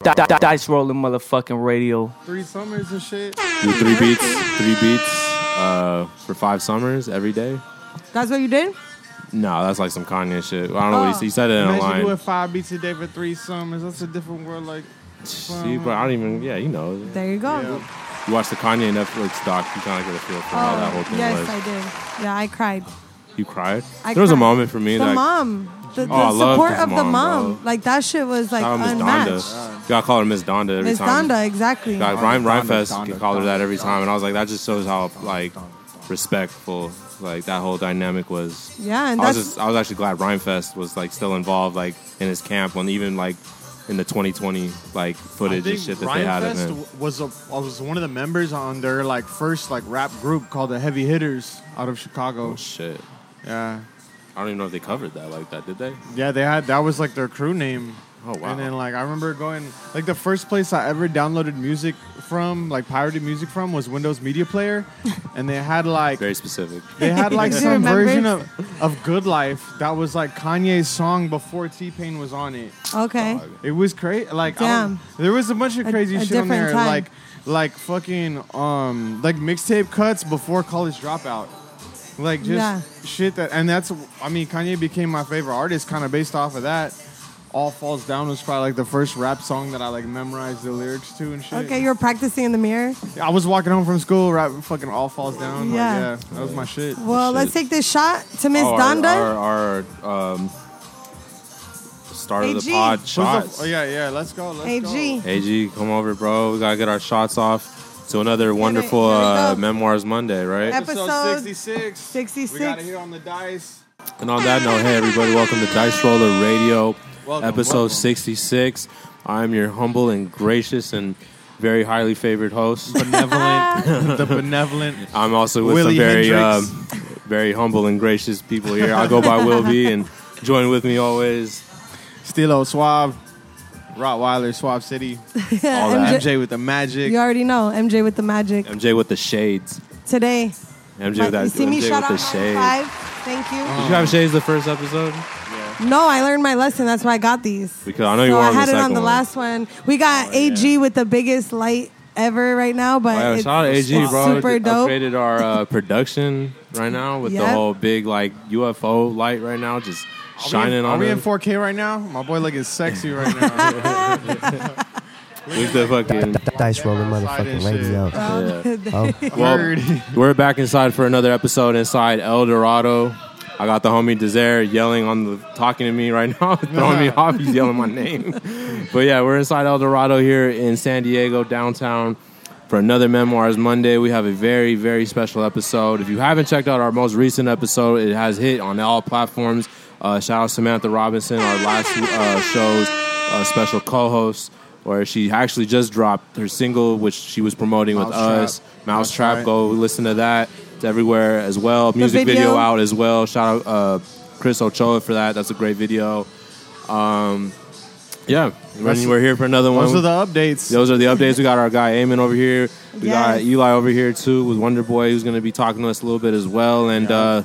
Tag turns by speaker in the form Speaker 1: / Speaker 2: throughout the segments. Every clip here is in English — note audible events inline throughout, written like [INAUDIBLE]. Speaker 1: Di- di- dice rolling motherfucking radio.
Speaker 2: Three summers and shit.
Speaker 3: Do three beats, three beats uh, for five summers every day.
Speaker 4: That's what you did?
Speaker 3: No, that's like some Kanye shit. I don't
Speaker 4: Oh,
Speaker 3: know. What he, he said it
Speaker 2: Imagine doing
Speaker 3: online.
Speaker 2: five beats a day for three summers. That's a different world. Like,
Speaker 3: See, but I don't even. Yeah, you know.
Speaker 4: There you go.
Speaker 2: Yeah.
Speaker 3: You watch the Kanye Netflix doc. You kind of get a feel for how that whole thing
Speaker 4: Oh, yes,
Speaker 3: was.
Speaker 4: I did. Yeah, I cried.
Speaker 3: you cried.
Speaker 4: I
Speaker 3: there was a
Speaker 4: cried.
Speaker 3: moment for me
Speaker 4: the
Speaker 3: that
Speaker 4: mom, the, the
Speaker 3: Oh, I love
Speaker 4: support
Speaker 3: his
Speaker 4: of the
Speaker 3: mom,
Speaker 4: mom,
Speaker 3: bro.
Speaker 4: like that shit was like
Speaker 3: shout out Miss
Speaker 4: unmatched.
Speaker 3: Donda. You gotta call her Miss Donda every
Speaker 4: Miss
Speaker 3: time.
Speaker 4: Donda, exactly.
Speaker 3: Like
Speaker 4: That
Speaker 3: Ryan
Speaker 5: Donda,
Speaker 3: Reinfest
Speaker 5: Donda,
Speaker 3: could call her that
Speaker 5: Donda,
Speaker 3: every
Speaker 5: Donda.
Speaker 3: time, and I was like, that just shows how like respectful like that whole dynamic was.
Speaker 4: Yeah, and
Speaker 3: I was
Speaker 4: that's-
Speaker 3: just, I was actually glad Reinfest was like still involved like in his camp when even like in the 2020 like footage and shit that
Speaker 5: Ryan
Speaker 3: they had
Speaker 5: Fest
Speaker 3: of him.
Speaker 5: was a was one of the members on their like first like rap group called the Heavy Hitters out of
Speaker 3: Oh,
Speaker 5: Chicago.
Speaker 3: Shit,
Speaker 5: Yeah,
Speaker 3: I don't even know if they covered that like that, did they?
Speaker 5: yeah, they had that was like their crew name.
Speaker 3: Oh, wow.
Speaker 5: And then like I remember going like the first place I ever downloaded music from like pirated music from was Windows Media
Speaker 3: [LAUGHS]
Speaker 5: Player, and they had like
Speaker 3: Very specific.
Speaker 5: They had
Speaker 3: [LAUGHS]
Speaker 5: like
Speaker 4: You
Speaker 5: some
Speaker 4: remember?
Speaker 5: version of, of Good Life that was like Kanye's song before T Pain was on it.
Speaker 4: Okay.
Speaker 5: It was crazy. Like, I
Speaker 4: Damn.
Speaker 5: don't- there was a bunch of
Speaker 4: A-
Speaker 5: crazy
Speaker 4: a
Speaker 5: shit on
Speaker 4: different
Speaker 5: there.
Speaker 4: time.
Speaker 5: Like, like fucking, um, like mixtape cuts before College Dropout. Like, just
Speaker 4: Yeah.
Speaker 5: shit that, and that's, I mean, Kanye became my favorite artist kind of based off of that. All Falls Down was probably like the first rap song that I like memorized the lyrics to and shit.
Speaker 4: Okay, you were practicing in the mirror.
Speaker 5: I was walking home from school, rap fucking All Falls Down.
Speaker 4: Yeah.
Speaker 5: Like, yeah, that was my shit.
Speaker 3: Oh,
Speaker 4: Well,
Speaker 3: shit.
Speaker 4: let's take this shot to Miss
Speaker 3: Oh, our-
Speaker 4: Donda.
Speaker 3: our, our, um, start of the
Speaker 4: AG.
Speaker 3: pod
Speaker 5: What's the-
Speaker 3: shots.
Speaker 5: oh yeah, yeah. Let's go. Let's
Speaker 4: AG.
Speaker 5: go.
Speaker 3: AG, come over, bro. We gotta get our shots off to another wonderful
Speaker 4: here we
Speaker 3: uh,
Speaker 4: go.
Speaker 3: Memoirs Monday, right?
Speaker 4: Ep- Episode
Speaker 5: 66.
Speaker 4: 66.
Speaker 5: We got it here on the dice.
Speaker 3: and on that note, hey everybody, welcome to Dice Roller Radio,
Speaker 5: Welcome,
Speaker 3: episode
Speaker 5: welcome.
Speaker 3: 66. I'm your humble and gracious and very highly favored host.
Speaker 4: [LAUGHS]
Speaker 5: Benevolent. the benevolent.
Speaker 3: I'm also with
Speaker 5: Willie
Speaker 3: some very, um,
Speaker 5: Hendricks.
Speaker 3: very humble and gracious people here. I go by Will B, and join with me always.
Speaker 5: Stilo Suave. Rottweiler Suave City.
Speaker 4: [LAUGHS]
Speaker 3: All
Speaker 4: MJ
Speaker 3: that.
Speaker 5: MJ with the magic.
Speaker 4: You already know MJ with the magic
Speaker 3: MJ with the shades.
Speaker 4: today.
Speaker 3: MJ
Speaker 4: Like,
Speaker 3: with that.
Speaker 4: you see
Speaker 3: MJ
Speaker 4: me
Speaker 3: with
Speaker 4: shout out
Speaker 3: the
Speaker 4: high
Speaker 3: shades.
Speaker 4: five. Thank you.
Speaker 3: Did you have shades the first episode?
Speaker 4: No, I learned my lesson. That's why I got these.
Speaker 3: Because I know you
Speaker 4: so I
Speaker 3: wanted the
Speaker 4: had it on
Speaker 3: second
Speaker 4: the
Speaker 3: one. Oh,
Speaker 4: last one. We got AG with the biggest light ever right now, but
Speaker 3: Wow,
Speaker 4: Uh, it's,
Speaker 3: shout out AG,
Speaker 4: it's
Speaker 3: bro.
Speaker 4: super
Speaker 3: Just
Speaker 4: dope.
Speaker 3: Upgraded our uh, production right now with the
Speaker 4: Yep.
Speaker 3: whole big like UFO light right now, just
Speaker 5: Are we in-
Speaker 3: shining
Speaker 5: Are
Speaker 3: on
Speaker 5: we
Speaker 3: it.
Speaker 5: in 4K right now? My boy looking sexy right
Speaker 4: [LAUGHS]
Speaker 5: now.
Speaker 3: With the fucking.
Speaker 6: Dice rolling
Speaker 5: outside and
Speaker 6: motherfucking radio.
Speaker 3: yeah.
Speaker 5: Word.
Speaker 3: Well, we're back inside for another episode inside El Dorado. I got the homie Desire yelling on the talking to me right now, [LAUGHS] throwing me off. He's yelling my name. but yeah, we're inside El Dorado here in San Diego downtown for another Memoirs Monday. We have a very very special episode. If you haven't checked out our most recent episode, it has hit on all platforms. Uh, shout out Samantha Robinson, our last uh, show's uh, special co-host, where she actually just dropped her single, which she was promoting with
Speaker 5: Mousetrap.
Speaker 3: us. Mousetrap,
Speaker 5: right.
Speaker 3: go listen to that. It's everywhere as well. Music video.
Speaker 4: video.
Speaker 3: out as well. Shout out uh, Chris Ochoa for that. That's a great video. Um, yeah,
Speaker 5: That's-
Speaker 3: we're here for another one.
Speaker 5: Those are the updates.
Speaker 3: Those are the updates. We got our guy Eamon over here. We got
Speaker 4: Yes.
Speaker 3: Eli over here too with Wonder Boy, who's going to be talking to us a little bit as well. And uh,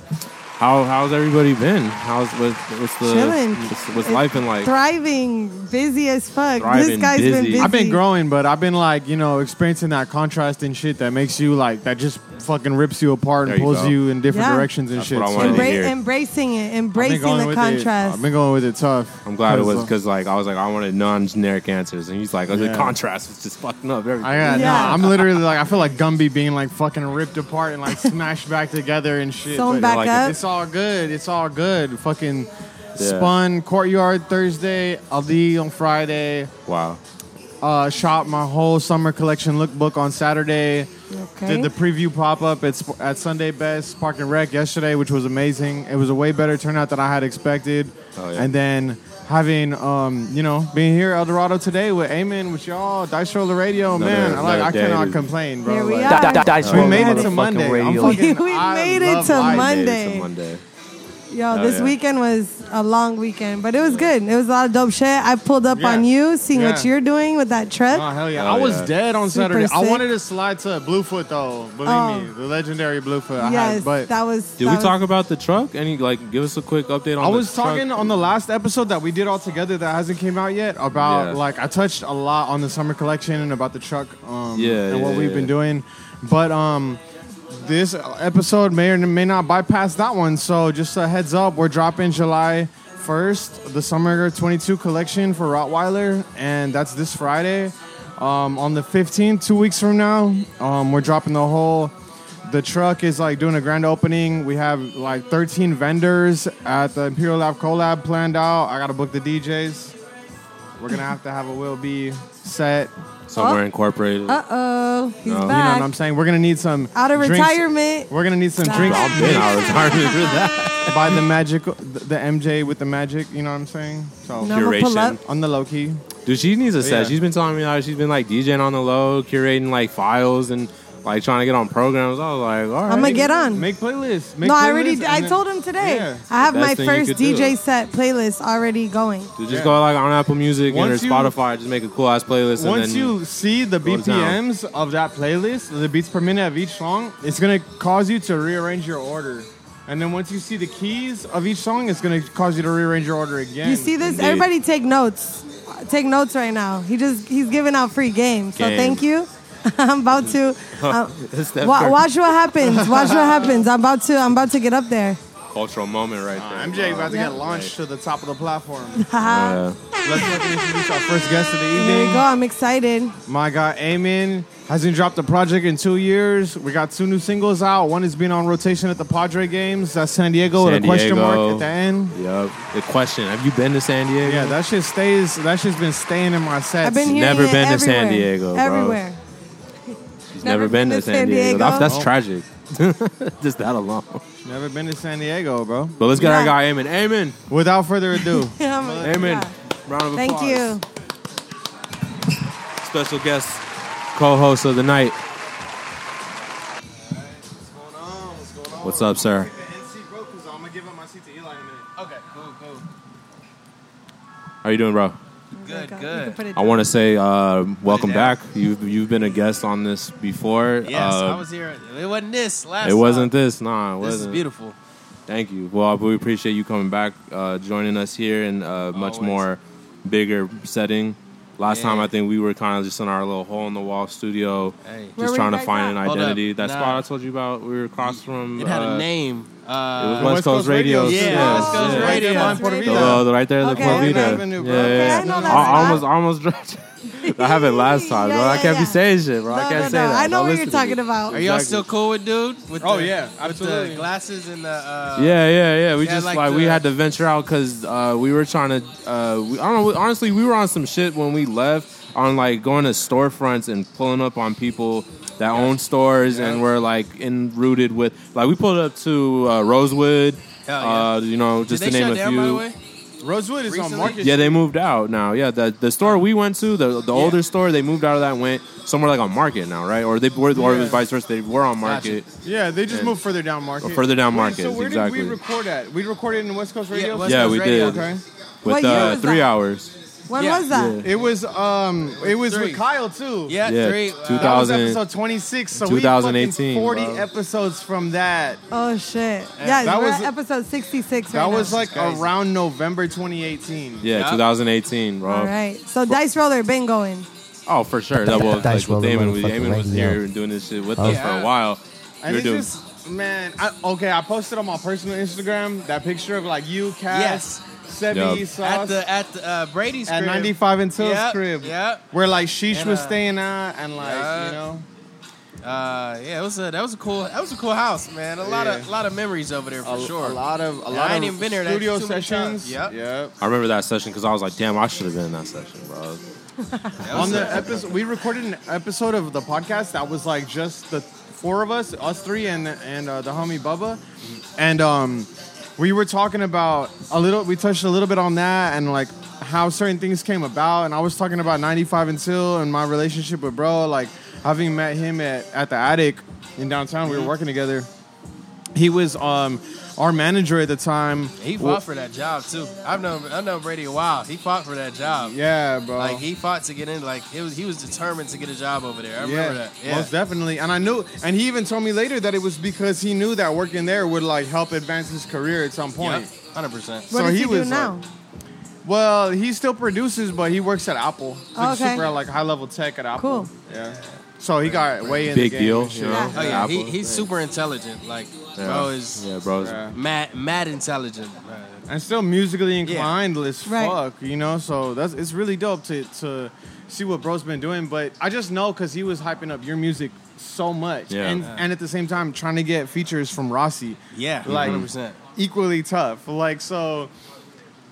Speaker 3: how how's everybody been? How's what's, what's the
Speaker 4: Chilling.
Speaker 3: what's, what's life been like?
Speaker 4: Thriving, busy as fuck.
Speaker 3: Thriving,
Speaker 4: this guy's been
Speaker 3: busy.
Speaker 4: busy.
Speaker 5: I've been growing, but I've been like, you know, experiencing that contrast and shit that makes you like, that just fucking rips you apart
Speaker 3: There
Speaker 5: and
Speaker 3: you
Speaker 5: pulls
Speaker 3: go.
Speaker 5: you, in different
Speaker 4: Yeah.
Speaker 5: directions and
Speaker 3: That's
Speaker 5: shit.
Speaker 3: what I
Speaker 5: So-
Speaker 3: wanted to
Speaker 4: Embra-
Speaker 3: here.
Speaker 4: embracing it,
Speaker 5: I've been
Speaker 4: embracing
Speaker 5: going
Speaker 4: the
Speaker 5: with it.
Speaker 4: contrast.
Speaker 5: I've been going with it tough.
Speaker 3: I'm glad it was
Speaker 5: uh,
Speaker 3: because like I was like I wanted non-generic answers, and he's like oh, the
Speaker 5: Yeah.
Speaker 3: contrast is just fucking up everything.
Speaker 5: I got
Speaker 4: Yeah.
Speaker 5: no. I'm literally like I feel like Gumby being like fucking ripped apart and like smashed back together and shit.
Speaker 4: Sewn
Speaker 5: but
Speaker 4: back
Speaker 3: like,
Speaker 4: up.
Speaker 5: It's all good. It's all good. Fucking
Speaker 3: Yeah.
Speaker 5: spun courtyard Thursday, Ali on Friday.
Speaker 3: wow.
Speaker 5: Uh, shot my whole summer collection lookbook on Saturday.
Speaker 4: Okay.
Speaker 5: Did the preview pop up at Sp- at Sunday Best Park and Rec yesterday, which was amazing. It was a way better turnout than I had expected.
Speaker 3: Oh, yeah.
Speaker 5: And then having um, you know being here El Dorado today with Amen with y'all Dice Roller Radio,
Speaker 3: Another-
Speaker 5: man, I, like I
Speaker 3: another day
Speaker 5: cannot
Speaker 3: to-
Speaker 5: complain, bro.
Speaker 4: Here we
Speaker 5: Like,
Speaker 4: are.
Speaker 1: Di- di- dice
Speaker 5: We
Speaker 1: rolling
Speaker 5: made it to
Speaker 1: motherfucking
Speaker 5: Monday. I'm
Speaker 1: radio.
Speaker 5: fucking,
Speaker 4: [LAUGHS] We
Speaker 5: I
Speaker 4: made it
Speaker 5: love
Speaker 4: to
Speaker 5: life.
Speaker 3: Monday.
Speaker 4: Monday.
Speaker 3: Monday.
Speaker 4: Yo,
Speaker 3: Oh,
Speaker 4: this
Speaker 3: yeah.
Speaker 4: weekend was a long weekend, but it was good. It was a lot of dope shit. I pulled up
Speaker 5: Yeah.
Speaker 4: on you, seeing what
Speaker 5: Yeah.
Speaker 4: you're doing with that trip.
Speaker 5: Oh hell yeah!
Speaker 3: Hell
Speaker 5: I was
Speaker 3: yeah.
Speaker 5: dead on
Speaker 4: Super
Speaker 5: Saturday. I
Speaker 4: sick.
Speaker 5: wanted to slide to Bluefoot though. Believe
Speaker 4: Oh.
Speaker 5: me, the legendary Bluefoot. I
Speaker 4: yes,
Speaker 5: had, but
Speaker 4: that was.
Speaker 3: Did
Speaker 4: that
Speaker 3: we
Speaker 4: was-
Speaker 3: talk about the truck? Any like, give us a quick update on.
Speaker 5: I
Speaker 3: the
Speaker 5: was talking uh,
Speaker 3: truck?
Speaker 5: on the last episode that we did all together that hasn't came out yet about
Speaker 3: Yeah.
Speaker 5: like I touched a lot on the summer collection and about the truck um,
Speaker 3: Yeah,
Speaker 5: and what
Speaker 3: yeah,
Speaker 5: we've
Speaker 3: yeah.
Speaker 5: been doing, but um. This episode may or may not bypass that one, so just a heads up, we're dropping July 1st, the Summer 22 collection for Rottweiler, and that's this Friday. Um, on the 15th, two weeks from now, um, we're dropping the whole the truck is like doing a grand opening. We have like 13 vendors at the Imperial Lab collab planned out. I gotta book the DJs. We're gonna have to have a will be set.
Speaker 3: somewhere incorporated.
Speaker 4: Uh oh, he's
Speaker 5: You know
Speaker 4: back
Speaker 5: what I'm saying? We're gonna need some
Speaker 4: out of
Speaker 5: drinks-
Speaker 4: retirement.
Speaker 5: We're gonna need some
Speaker 4: Stop.
Speaker 5: drinks
Speaker 4: I'm
Speaker 3: Been out of retirement for [LAUGHS] that.
Speaker 5: by the magic, the MJ with the magic. You know what I'm saying? So
Speaker 4: No, I'ma
Speaker 3: Curation.
Speaker 4: pull up.
Speaker 5: on the low key.
Speaker 3: Dude, she needs a set.
Speaker 5: yeah.
Speaker 3: She's been telling me how she's been like DJing on the low, curating like files and like trying to get on programs. I was like, all right.
Speaker 4: I'm gonna Uh, get on.
Speaker 5: Make playlists. Make
Speaker 4: no,
Speaker 5: playlists
Speaker 4: I already.
Speaker 5: and
Speaker 4: I
Speaker 5: then-
Speaker 4: told him today.
Speaker 5: Yeah.
Speaker 4: I have
Speaker 3: Best
Speaker 4: my
Speaker 3: thing you
Speaker 4: first
Speaker 3: could do.
Speaker 4: DJ set playlist already going.
Speaker 3: Dude, just go like on Apple Music and or
Speaker 5: Once you-
Speaker 3: Spotify. Just make a cool ass playlist. and
Speaker 5: Once
Speaker 3: then,
Speaker 5: you see the
Speaker 3: goes down.
Speaker 5: BPMs of that playlist, the beats per minute of each song, it's gonna cause you to rearrange your order. And then once you see the keys of each song, it's gonna cause you to rearrange your order again.
Speaker 4: You see this?
Speaker 3: Indeed.
Speaker 4: Everybody take notes. Take notes right now. He just he's giving out free game. So
Speaker 3: Game.
Speaker 4: thank you. [LAUGHS] I'm about
Speaker 3: [LAUGHS]
Speaker 4: to uh,
Speaker 3: [LAUGHS] It's that
Speaker 4: wa-
Speaker 3: first
Speaker 4: watch what happens. Watch what happens. I'm about to I'm about to get up there.
Speaker 3: cultural moment right there.
Speaker 5: MJ about to
Speaker 4: Yeah.
Speaker 5: get launched to the top of the
Speaker 4: [LAUGHS]
Speaker 5: platform.
Speaker 4: Haha.
Speaker 3: Yeah.
Speaker 5: Let's fucking introduce our first guest of the
Speaker 4: There you go.
Speaker 5: evening.
Speaker 4: I'm excited.
Speaker 5: My guy Amen hasn't dropped a project in two years. We got two new singles out. One is being on rotation at the Padre games. That's San Diego
Speaker 3: San
Speaker 5: with a question mark
Speaker 3: Diego.
Speaker 5: at the end.
Speaker 3: Yup. The question: Have you been to San Diego?
Speaker 5: Yeah, that shit stays. That shit's been staying in my sets.
Speaker 4: I've been hearing
Speaker 3: never
Speaker 4: it
Speaker 3: been to
Speaker 4: everywhere.
Speaker 3: San Diego, bro.
Speaker 4: Everywhere.
Speaker 3: She's never, been, to San Diego. That's, that's tragic. [LAUGHS] just that alone.
Speaker 5: Never been to San Diego, bro.
Speaker 3: But let's get our
Speaker 4: Yeah.
Speaker 3: guy Amen. Amen.
Speaker 5: Without further
Speaker 4: [LAUGHS]
Speaker 5: ado,
Speaker 4: [LAUGHS] I'm-
Speaker 3: Amen.
Speaker 4: yeah.
Speaker 3: Round of
Speaker 4: Thank
Speaker 3: applause.
Speaker 4: you.
Speaker 3: Special guest co-host of the night. What's up, sir?
Speaker 2: Okay, cool, cool.
Speaker 3: How you doing, bro?
Speaker 4: You
Speaker 1: Good,
Speaker 4: can
Speaker 1: good.
Speaker 4: put it
Speaker 3: I want to say uh, welcome
Speaker 2: down.
Speaker 3: back. You've you've been a guest on this before.
Speaker 2: Yes,
Speaker 3: Uh,
Speaker 2: I was here. It wasn't this last.
Speaker 3: it wasn't
Speaker 2: time.
Speaker 3: this, nah. It
Speaker 2: This is
Speaker 3: wasn't.
Speaker 2: beautiful.
Speaker 3: Thank you. Well, we appreciate you coming back, uh, joining us here in a much
Speaker 2: Always.
Speaker 3: more bigger setting. Last
Speaker 2: Yeah.
Speaker 3: time, I think we were kind of just in our little hole in the wall studio,
Speaker 2: Hey.
Speaker 4: Where
Speaker 3: just
Speaker 4: were
Speaker 3: trying to
Speaker 4: you guys
Speaker 3: find
Speaker 4: at?
Speaker 3: an
Speaker 2: Hold up.
Speaker 3: identity. That
Speaker 2: Nah.
Speaker 3: spot I told you about, we were across from.
Speaker 2: It had
Speaker 3: uh,
Speaker 2: a name.
Speaker 3: It was
Speaker 2: Uh,
Speaker 3: West, Coast Radio.
Speaker 2: Yeah,
Speaker 3: yes,
Speaker 2: West Coast
Speaker 3: yes.
Speaker 2: Radio.
Speaker 3: The little- right there, the
Speaker 4: Okay,
Speaker 3: Pueblita.
Speaker 4: okay.
Speaker 5: Avenue,
Speaker 3: yeah,
Speaker 5: bro.
Speaker 3: yeah,
Speaker 5: Okay,
Speaker 3: yeah.
Speaker 4: I know that
Speaker 3: I, I
Speaker 4: spot.
Speaker 3: almost, I almost dropped.
Speaker 4: [LAUGHS]
Speaker 3: it. I have it last time,
Speaker 4: Yeah,
Speaker 3: bro. I
Speaker 4: yeah,
Speaker 3: can't be
Speaker 4: yeah.
Speaker 3: saying shit, bro. I
Speaker 4: No,
Speaker 3: can't
Speaker 4: no,
Speaker 3: say
Speaker 4: no.
Speaker 3: that.
Speaker 4: I know
Speaker 3: Don't
Speaker 4: what
Speaker 3: listen to
Speaker 4: you're
Speaker 3: me.
Speaker 4: talking about.
Speaker 2: Are y'all
Speaker 3: Exactly.
Speaker 2: still cool with dude? With
Speaker 5: Oh,
Speaker 2: the,
Speaker 5: yeah,
Speaker 2: with the
Speaker 5: absolutely.
Speaker 2: glasses and the. Uh,
Speaker 3: Yeah, yeah, yeah. We
Speaker 2: Yeah,
Speaker 3: just like,
Speaker 2: like
Speaker 3: we
Speaker 2: the-
Speaker 3: had to venture out because uh, we were trying to. Uh, we, I don't know. Honestly, we were on some shit when we left on like going to storefronts and pulling up on people that own stores and were like enrooted with. Like we pulled up to uh, Rosewood.
Speaker 2: Hell
Speaker 3: Uh, you know,
Speaker 2: Did
Speaker 3: just
Speaker 2: they
Speaker 3: to name
Speaker 2: shut
Speaker 3: a
Speaker 2: down
Speaker 3: few.
Speaker 2: by the way?
Speaker 5: Rosewood is
Speaker 2: Recently?
Speaker 5: on Market.
Speaker 3: [LAUGHS] Yeah, they moved out now. Yeah, the the store we went to, the the older store, they moved out of that and went somewhere like on Market now, right? Or they were, or it was
Speaker 5: Yeah.
Speaker 3: vice versa. They were on Market.
Speaker 5: Yeah, they just
Speaker 3: And-
Speaker 5: moved further down Market.
Speaker 3: Or further down
Speaker 5: Wait,
Speaker 3: Market,
Speaker 5: So where
Speaker 3: exactly.
Speaker 5: did we record at? We recorded in West Coast Radio.
Speaker 2: West
Speaker 3: Yeah,
Speaker 2: Coast
Speaker 3: we
Speaker 2: Radio.
Speaker 3: did.
Speaker 5: Okay.
Speaker 3: With
Speaker 4: What year
Speaker 3: uh,
Speaker 4: was
Speaker 3: three
Speaker 4: that?
Speaker 3: hours.
Speaker 4: When
Speaker 2: Yeah.
Speaker 4: was that?
Speaker 5: It was um, it was
Speaker 2: Three.
Speaker 5: with Kyle too.
Speaker 2: Yeah,
Speaker 3: Yeah,
Speaker 2: three.
Speaker 3: two
Speaker 5: That was
Speaker 3: thousand-
Speaker 5: episode 26, so
Speaker 3: 2018,
Speaker 5: we fucking 40
Speaker 3: bro.
Speaker 5: episodes from that.
Speaker 4: Oh shit! Yeah,
Speaker 5: that
Speaker 4: we're
Speaker 5: was-
Speaker 4: at episode 66.
Speaker 5: That
Speaker 4: right now.
Speaker 5: was like
Speaker 2: Crazy.
Speaker 5: around November 2018.
Speaker 3: Yeah,
Speaker 2: Yeah.
Speaker 3: 2018, bro.
Speaker 5: uh,
Speaker 4: All right. So dice roller been going.
Speaker 3: Oh, for sure. That was
Speaker 6: Dice
Speaker 3: like with
Speaker 6: roller
Speaker 3: Damon. We,
Speaker 6: motherfucking
Speaker 3: Damon was
Speaker 6: radio.
Speaker 3: here and doing this shit with
Speaker 6: Oh.
Speaker 3: us for a
Speaker 2: Yeah.
Speaker 3: while.
Speaker 5: And
Speaker 3: You're
Speaker 5: it's
Speaker 3: doing-
Speaker 5: just, man, I, okay, I posted on my personal Instagram that picture of like you,
Speaker 2: Yes.
Speaker 5: Cass, Sebi,
Speaker 3: Yep.
Speaker 5: Sauce.
Speaker 2: At the at the, uh, Brady's
Speaker 5: at
Speaker 2: crib.
Speaker 5: 95 and Till's
Speaker 2: Yep,
Speaker 5: crib.
Speaker 2: yep.
Speaker 5: Where like Sheesh
Speaker 2: And,
Speaker 5: was
Speaker 2: uh,
Speaker 5: staying at and like,
Speaker 2: yeah.
Speaker 5: you know.
Speaker 2: Uh, yeah, it was a that was a cool that was a cool house, man. A lot of
Speaker 5: Yeah.
Speaker 2: lot of memories over there for
Speaker 5: A,
Speaker 2: sure.
Speaker 5: a lot of a
Speaker 2: And
Speaker 5: lot
Speaker 2: I ain't
Speaker 5: of
Speaker 2: even been there that
Speaker 5: studio
Speaker 2: too many
Speaker 5: sessions.
Speaker 2: times. Yep.
Speaker 5: Yep.
Speaker 3: I remember that session because I was like, damn, I should have been in that session, bro.
Speaker 2: That was
Speaker 5: On
Speaker 2: a-
Speaker 5: the episode we recorded an episode of the podcast that was like just the four of us, us three and and uh, the homie Bubba. And um we were talking about a little we touched a little bit on that and like how certain things came about and I was talking about 95 and Till and my relationship with bro like having
Speaker 2: Mm-hmm.
Speaker 5: met him at, at the attic in downtown we were working together he was um our manager at the time.
Speaker 2: He
Speaker 5: wa-
Speaker 2: fought for that job too. I've known I've known Brady a while. He fought for that job.
Speaker 5: yeah, bro.
Speaker 2: Like he fought to get in. Like it was, he was determined to get a job over there. I
Speaker 5: yeah,
Speaker 2: remember that. Yeah.
Speaker 5: most definitely. And I knew, and he even told me later that it was because he knew that working there would like help advance his career at some point.
Speaker 2: Hundred percent.
Speaker 5: So
Speaker 4: What does
Speaker 5: he
Speaker 4: he,
Speaker 5: was,
Speaker 4: do now?
Speaker 5: like, Well, he still produces, but he works at Apple. So he's
Speaker 4: Oh, Okay.
Speaker 5: super like high level tech at Apple.
Speaker 4: Cool.
Speaker 5: Yeah. So he got way in the
Speaker 3: Big
Speaker 5: game
Speaker 3: deal,
Speaker 5: and shit.
Speaker 3: you know?
Speaker 2: Oh yeah, he,
Speaker 3: Apple.
Speaker 2: he's super intelligent. Like
Speaker 3: Yeah.
Speaker 2: bro is
Speaker 3: yeah, bro.
Speaker 5: Yeah.
Speaker 2: mad mad intelligent.
Speaker 5: and still musically
Speaker 2: Yeah.
Speaker 5: inclined as
Speaker 4: Right.
Speaker 5: fuck, you know. So that's it's really dope to to see what bro's been doing. But I just know because he was hyping up your music so much,
Speaker 3: Yeah.
Speaker 5: and
Speaker 3: Yeah.
Speaker 5: and at the same time trying to get features from Rossi,
Speaker 2: Yeah,
Speaker 5: Like-
Speaker 2: hundred percent.
Speaker 5: equally tough. Like so.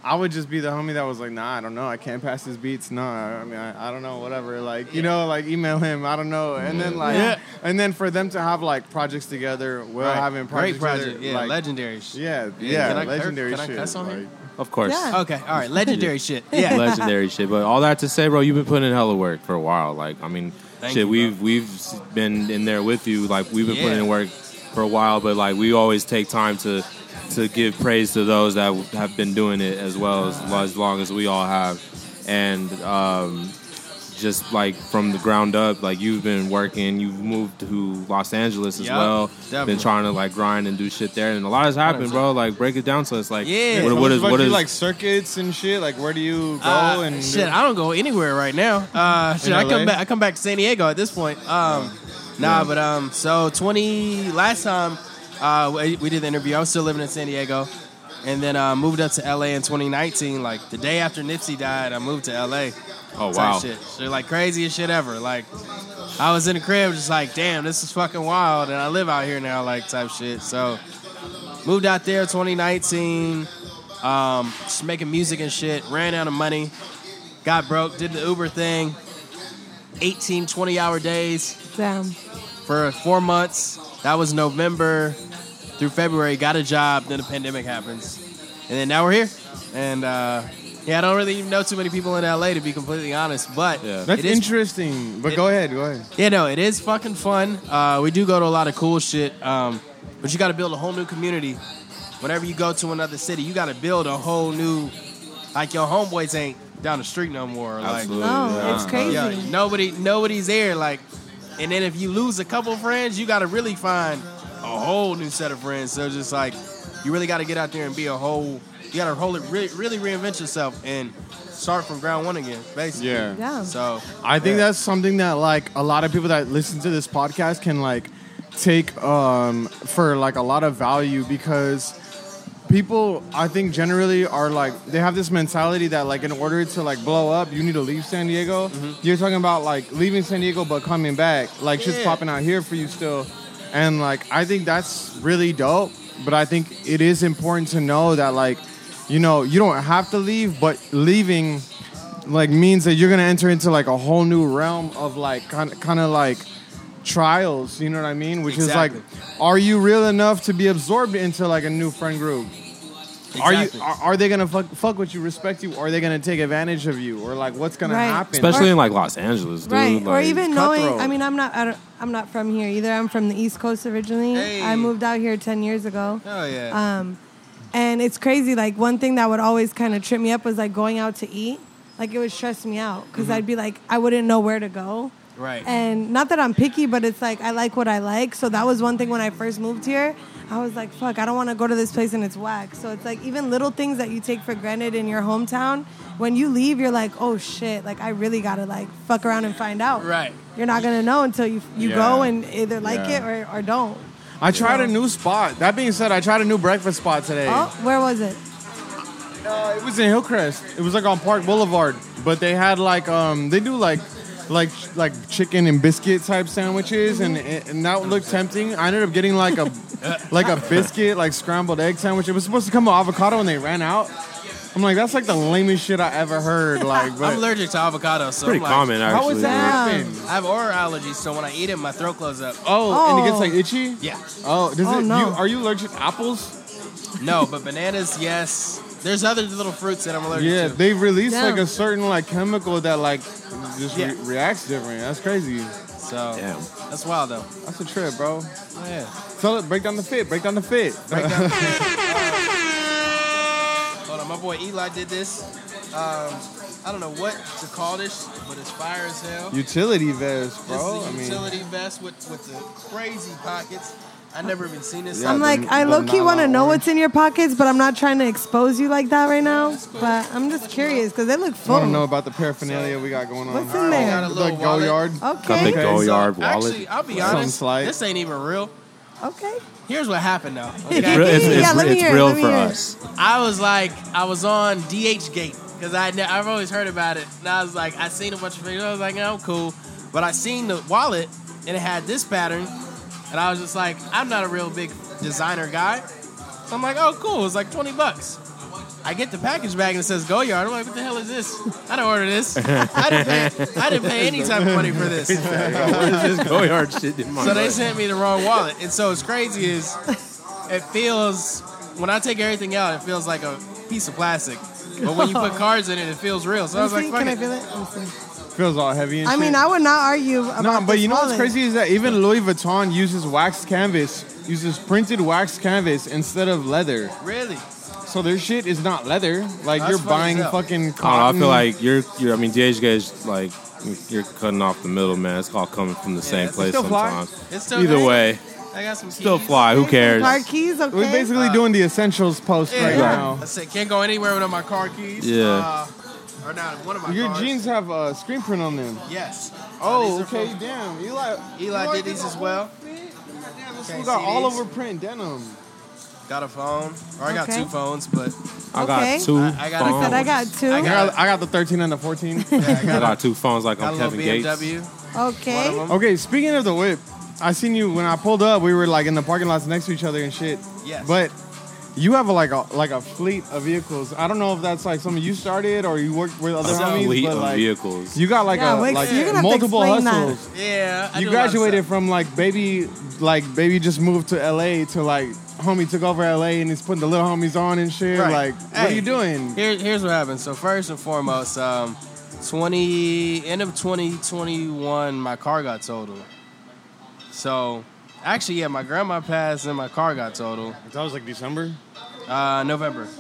Speaker 5: I would just be the homie that was like, nah, I don't know, I can't pass his beats. No, I I mean, I, I don't know, whatever. Like, you know, like email him, I don't know, and then like,
Speaker 2: Yeah.
Speaker 5: and then for them to have like projects together, well,
Speaker 2: Right.
Speaker 5: having
Speaker 2: Great
Speaker 5: projects
Speaker 2: project.
Speaker 5: together,
Speaker 2: Yeah,
Speaker 5: like,
Speaker 2: legendary. shit.
Speaker 5: yeah,
Speaker 2: Yeah,
Speaker 5: yeah,
Speaker 2: can I-
Speaker 5: legendary
Speaker 2: can I
Speaker 5: shit.
Speaker 2: cuss on here?
Speaker 5: like-
Speaker 3: Of course.
Speaker 4: Yeah.
Speaker 2: Okay. All right. Legendary
Speaker 5: [LAUGHS]
Speaker 2: shit. Yeah.
Speaker 3: [LAUGHS] legendary shit. But all that to say, bro, you've been putting in hella work for a while. Like, I mean,
Speaker 2: Thank
Speaker 3: shit,
Speaker 2: you, bro.
Speaker 3: we've we've been in there with you. Like, we've been
Speaker 2: Yeah.
Speaker 3: putting in work for a while, but like, we always take time to to give praise to those that have been doing it as well as as long as we all have. And um, just like from the ground up, like you've been working, you've moved to Los Angeles as
Speaker 2: Yeah,
Speaker 3: well.
Speaker 2: definitely.
Speaker 3: Been trying to like grind and do shit there, and a lot has happened, bro. Like break it down to us, like
Speaker 2: Yeah.
Speaker 3: what,
Speaker 5: So
Speaker 3: what
Speaker 5: much
Speaker 3: is
Speaker 5: about
Speaker 3: what
Speaker 5: you,
Speaker 3: is
Speaker 5: like circuits and shit? Like where do you go
Speaker 2: Uh,
Speaker 5: and
Speaker 2: shit, I don't go anywhere right now. Uh, shit, I
Speaker 5: LA?
Speaker 2: come back. I come back to San Diego at this point. Um, nah, but um, so twenty last time, uh, we, we did the interview. I was still living in San Diego, and then uh, moved up to LA in 2019. Like the day after Nipsey died, I moved to LA.
Speaker 3: oh
Speaker 2: type
Speaker 3: wow,
Speaker 2: Shit. So like craziest shit ever. Like I was in the crib just like, damn, this is fucking wild and I live out here now, like type shit. So moved out there 2019, um, just making music and shit, ran out of money, got broke, did the Uber thing, 18, 20 hour days
Speaker 4: Damn.
Speaker 2: for four months. That was November through February. Got a job. Then the pandemic happens, and then now we're here. And uh, yeah, I don't really even know too many people in LA to be completely honest. But
Speaker 3: Yeah.
Speaker 5: That's
Speaker 2: it is
Speaker 5: interesting. But
Speaker 2: it-
Speaker 5: go ahead, go ahead.
Speaker 2: yeah, no, it is fucking fun. Uh, we do go to a lot of cool shit, um, but you got to build a whole new community. Whenever you go to another city, you got to build a whole new. Like your homeboys ain't down the street no more. Like
Speaker 3: absolutely.
Speaker 4: No, Oh, it's crazy.
Speaker 2: yeah, nobody, nobody's there. Like, and then if you lose a couple friends, you got to really find a whole new set of friends. So just like, you really got to get out there and be a whole. You got to whole really, really reinvent yourself and start from ground one again, basically.
Speaker 5: Yeah.
Speaker 4: Yeah.
Speaker 2: So
Speaker 5: I think
Speaker 2: Yeah.
Speaker 5: that's something that like a lot of people that listen to this podcast can like take um for like a lot of value because people I think generally are like they have this mentality that like in order to like blow up you need to leave San Diego. You're talking about like leaving San Diego but coming back. Like shit's
Speaker 2: Yeah.
Speaker 5: popping out here for you still. And like I think that's really dope. But I think it is important to know that like, you know, you don't have to leave, but leaving like means that you're gonna enter into like a whole new realm of like kind kind of like trials. You know what I mean? Which
Speaker 2: Exactly.
Speaker 5: is like, are you real enough to be absorbed into like a new friend group? Are you
Speaker 2: exactly.
Speaker 5: are, are they gonna fuck, fuck with you, respect you, or are they gonna take advantage of you, or like what's gonna
Speaker 4: Right.
Speaker 5: happen?
Speaker 3: especially in like Los Angeles, dude.
Speaker 4: right or
Speaker 3: like-
Speaker 4: even knowing
Speaker 5: cutthroat.
Speaker 4: i mean i'm not I don't, i'm not from here either i'm from the east coast originally
Speaker 2: Hey.
Speaker 4: i moved out here 10 years ago
Speaker 2: Oh yeah.
Speaker 4: and it's crazy like one thing that would always kind of trip me up was like going out to eat like it would stress me out because
Speaker 5: Mm-hmm.
Speaker 4: i'd be like i wouldn't know where to go
Speaker 2: Right.
Speaker 4: Uh, and not that i'm picky but it's like i like what i like so that was one thing when i first moved here i was like fuck i don't want to go to this place and it's whack so it's like even little things that you take for granted in your hometown when you leave you're like oh shit like i really gotta like fuck around and find out
Speaker 2: Right.
Speaker 4: you're not gonna know until you you
Speaker 5: Yeah.
Speaker 4: go and either like
Speaker 5: Yeah.
Speaker 4: it or, or don't
Speaker 5: I tried a new spot. That being said, I tried a new breakfast spot today.
Speaker 4: oh where was it
Speaker 5: Uh, it was in Hillcrest. It was like on Park Boulevard, but they had like um they do like like like chicken and biscuit type sandwiches, and and that looked tempting. I ended up getting like
Speaker 2: [LAUGHS]
Speaker 5: a like a biscuit like scrambled egg sandwich. It was supposed to come with avocado, and they ran out. I'm like, that's like the lamest shit I ever heard. Like,
Speaker 2: [LAUGHS] I'm
Speaker 5: but
Speaker 2: allergic to avocados. So
Speaker 3: pretty
Speaker 2: I'm like,
Speaker 3: common actually.
Speaker 5: how was that happen?
Speaker 2: I have oral allergies, so when I eat it, my throat closes up. Oh,
Speaker 5: Oh, and it gets
Speaker 4: Oh.
Speaker 5: like itchy.
Speaker 2: yeah.
Speaker 5: Oh, does
Speaker 4: Oh,
Speaker 5: it?
Speaker 4: no.
Speaker 5: You, are you allergic to apples?
Speaker 2: No, but bananas, yes. There's other little fruits that I'm allergic
Speaker 5: Yeah,
Speaker 2: to.
Speaker 5: they release like
Speaker 4: Damn.
Speaker 5: a certain like chemical that like just re-
Speaker 2: Yeah.
Speaker 5: reacts different. That's crazy.
Speaker 2: So
Speaker 3: Damn.
Speaker 2: that's wild though. Oh,
Speaker 5: That's a trip, bro.
Speaker 2: Yeah.
Speaker 5: Tell it, break down the fit, break down the fit.
Speaker 2: Break down. Hold on, my boy Eli did this. Um, I don't know what to call this, but it's fire as hell.
Speaker 5: [LAUGHS] Utility vest,
Speaker 2: This
Speaker 5: bro.
Speaker 2: is
Speaker 5: I
Speaker 2: a
Speaker 5: mean,
Speaker 2: utility vest with, with the crazy pockets. I never even seen this.
Speaker 5: Yeah,
Speaker 4: I'm
Speaker 5: the-
Speaker 4: like, I
Speaker 5: the
Speaker 4: low key
Speaker 5: nylon
Speaker 4: want to know
Speaker 5: orange.
Speaker 4: what's in your pockets, but I'm not trying to expose you like that right now. But I'm just curious because they look
Speaker 5: I want to know
Speaker 4: full.
Speaker 5: about the paraphernalia we got going on.
Speaker 4: Oh. What's in there? Oh.
Speaker 2: got a little
Speaker 5: The go
Speaker 2: wallet.
Speaker 5: yard.
Speaker 3: Got the
Speaker 4: Okay.
Speaker 5: Okay.
Speaker 3: Go
Speaker 5: So,
Speaker 3: Yard wallet.
Speaker 2: Actually, I'll be
Speaker 5: Something
Speaker 2: honest.
Speaker 5: slight.
Speaker 2: This ain't even real.
Speaker 4: Okay.
Speaker 2: Here's what happened
Speaker 5: [LAUGHS]
Speaker 2: though.
Speaker 3: It's,
Speaker 2: okay?
Speaker 3: real- it's,
Speaker 4: Yeah,
Speaker 3: it's-
Speaker 4: let me
Speaker 3: it's
Speaker 4: hear it,
Speaker 3: real
Speaker 4: let me
Speaker 3: for
Speaker 4: hear it.
Speaker 3: us.
Speaker 2: I was like, I was on DH Gate because I ne- I've always heard about it, and I was like, I seen a bunch of videos. I was like, yeah, I'm cool, but I seen the wallet and it had this pattern, and I was just like, I'm not a real big designer guy, so I'm like, oh cool, it's like twenty bucks. I get the package bag and it says Go Yard. I'm like, what the hell is this? I didn't order this. I didn't pay, I didn't pay any type of money for this.
Speaker 3: This Go Yard shit in my
Speaker 2: So they sent me the wrong wallet. And so what's crazy is it feels when I take everything out, it feels like a piece of plastic. But when you put cards in it, it feels real. So I
Speaker 4: Let
Speaker 2: was
Speaker 4: me see.
Speaker 2: like, fuck
Speaker 4: Can I
Speaker 2: it.
Speaker 4: feel it? Let me see.
Speaker 5: Feels all heavy and
Speaker 4: I
Speaker 5: shit.
Speaker 4: mean, I would not argue about
Speaker 5: No, but
Speaker 4: this
Speaker 5: you know what's
Speaker 4: wallet.
Speaker 5: crazy is that even Louis Vuitton uses wax canvas, uses printed wax canvas instead of leather.
Speaker 2: Really?
Speaker 5: So their shit is not leather. Like
Speaker 2: That's
Speaker 5: you're
Speaker 2: funny
Speaker 5: buying
Speaker 2: as hell.
Speaker 5: fucking
Speaker 3: I, don't know, I
Speaker 5: cotton.
Speaker 4: Mm.
Speaker 3: feel like you're, you're. I mean, DH is like you're cutting off the middle, man. It's all coming from the same
Speaker 2: it's
Speaker 3: place
Speaker 5: still fly.
Speaker 3: sometimes.
Speaker 2: It's still
Speaker 3: Either
Speaker 2: nice.
Speaker 3: way,
Speaker 2: I got some keys.
Speaker 3: still fly. Who cares?
Speaker 4: Car keys, okay.
Speaker 5: we're basically doing the essentials post
Speaker 2: Yeah.
Speaker 5: right
Speaker 2: I said can't go anywhere without my car keys.
Speaker 3: Yeah.
Speaker 2: Uh, or not one of
Speaker 5: now.
Speaker 2: my
Speaker 5: Your
Speaker 2: cars.
Speaker 5: jeans have a uh, screen print on them.
Speaker 2: Yes.
Speaker 5: Oh,
Speaker 2: These are
Speaker 5: okay,
Speaker 2: from-
Speaker 5: damn. Eli,
Speaker 2: Eli did these
Speaker 5: a
Speaker 2: as
Speaker 5: whole
Speaker 2: well.
Speaker 5: fit? Goddamn, this
Speaker 2: Can't
Speaker 5: fool got
Speaker 2: see
Speaker 5: all
Speaker 2: these.
Speaker 5: over print denim.
Speaker 2: Got a phone. Or I got
Speaker 4: Okay.
Speaker 2: two phones, but
Speaker 3: I
Speaker 4: Okay.
Speaker 3: got two
Speaker 2: I- I got a-
Speaker 3: phones.
Speaker 4: Said
Speaker 3: [LAUGHS]
Speaker 4: I got two.
Speaker 2: I
Speaker 5: I got, I got the 13 and the 14.
Speaker 2: yeah, I
Speaker 3: I
Speaker 2: got,
Speaker 3: got two phones like
Speaker 2: got a
Speaker 3: I'm
Speaker 2: little
Speaker 3: Kevin Gates.
Speaker 2: BMW. One
Speaker 4: okay.
Speaker 2: of them.
Speaker 5: okay, speaking of the whip, I seen you when I pulled up. We were like in the parking lots next to each other and shit.
Speaker 2: Yes.
Speaker 5: But you have a, like a like a fleet of vehicles. I don't know if that's like something you started or you worked with other
Speaker 3: A
Speaker 5: homies,
Speaker 3: fleet
Speaker 5: but
Speaker 3: of
Speaker 5: like
Speaker 3: vehicles.
Speaker 5: you got like
Speaker 4: Yeah,
Speaker 5: a
Speaker 4: Wix,
Speaker 5: like
Speaker 4: you're gonna have to
Speaker 5: multiple
Speaker 4: explain that.
Speaker 5: hustles.
Speaker 2: Yeah. I
Speaker 5: You
Speaker 2: do a lot of
Speaker 5: graduated
Speaker 2: stuff.
Speaker 5: from like baby, like baby just moved to LA to like homie took over LA and he's putting the little homies on and shit.
Speaker 2: Right.
Speaker 5: Like, what are
Speaker 2: Hey.
Speaker 5: you doing?
Speaker 2: Here, here's what happened. So first and foremost, um, twenty end of twenty twenty one, my car got totaled. So actually, yeah, my grandma passed and my car got totaled
Speaker 5: That was like December.
Speaker 2: uh, November.
Speaker 4: The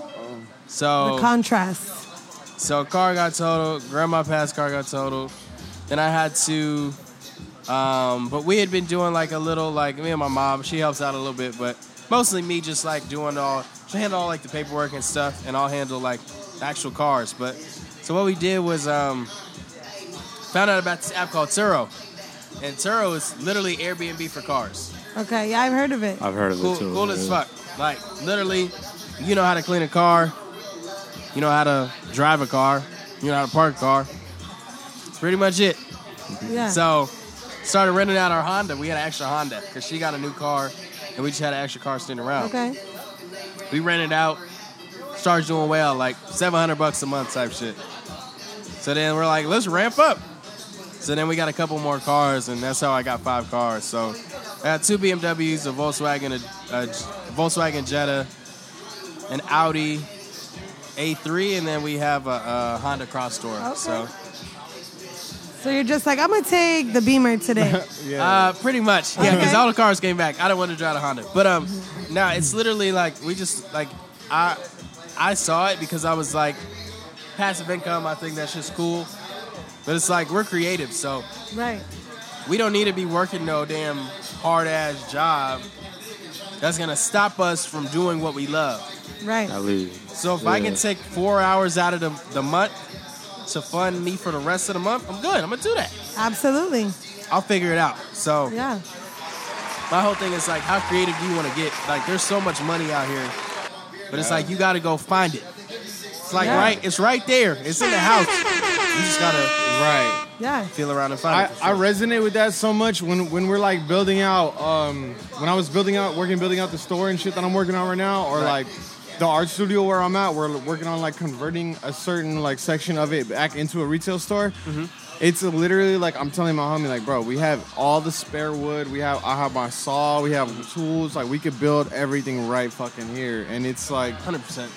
Speaker 2: So
Speaker 4: contrast.
Speaker 2: so car got totaled. Grandma passed. Car got totaled. Then I had to. Um, but we had been doing like a little like me and my mom. She helps out a little bit, but mostly me just like doing all. She handle all like the paperwork and stuff, and I'll handle like actual cars. But so what we did was um, found out about this app called Turo, and Turo is literally Airbnb for cars
Speaker 4: Okay, yeah, I've heard of it.
Speaker 3: I've heard of
Speaker 2: cool,
Speaker 3: it too.
Speaker 2: cool as
Speaker 3: yeah.
Speaker 2: fuck. Like literally, you know how to clean a car, you know how to drive a car, you know how to park a car. That's pretty much it.
Speaker 4: Yeah.
Speaker 2: So started renting out our Honda. We had an extra Honda because she got a new car, and we just had an extra car sitting around.
Speaker 4: okay.
Speaker 2: We rented out, started doing well, like 700 bucks a month type shit. So then we're like, let's ramp up. So then we got a couple more cars, and that's how I got five cars. So I got two BMWs, a Volkswagen, a, a Volkswagen Jetta, an Audi A3, and then we have a, a Honda Cross Tour.
Speaker 4: Okay.
Speaker 2: So
Speaker 4: So you're just like, I'm gonna take the Beamer today.
Speaker 5: Yeah.
Speaker 2: uh, pretty much, yeah, because
Speaker 4: Okay.
Speaker 2: all the cars came back. I didn't want to drive a Honda, but um, now it's literally like we just like I I saw it because I was like passive income. I think that's just cool, but it's like we're creative, so
Speaker 4: right.
Speaker 2: we don't need to be working no damn hard ass job that's gonna stop us from doing what we love.
Speaker 4: Right.
Speaker 3: I leave.
Speaker 2: So if I can
Speaker 3: Yeah.
Speaker 2: take four hours out of the, the month to fund me for the rest of the month, I'm good. I'm gonna do that.
Speaker 4: Absolutely.
Speaker 2: I'll figure it out. So
Speaker 4: Yeah.
Speaker 2: my whole thing is like, how creative do you want to get? Like, there's so much money out here, but it's like you got to go find it. It's like
Speaker 4: Yeah.
Speaker 2: right, it's right there. It's in the house. You just gotta
Speaker 5: right.
Speaker 4: Yeah.
Speaker 2: feel around and find
Speaker 5: I,
Speaker 2: it. for
Speaker 5: I
Speaker 2: sure.
Speaker 5: resonate with that so much when when we're like building out um when I was building out working building out the store and shit that I'm working on right now or
Speaker 2: Right.
Speaker 5: like the art studio where I'm at we're working on like converting a certain like section of it back into a retail store it's literally like I'm telling my homie like bro we have all the spare wood we have I have my saw we have tools like we could build everything right fucking here and it's like
Speaker 2: 100%.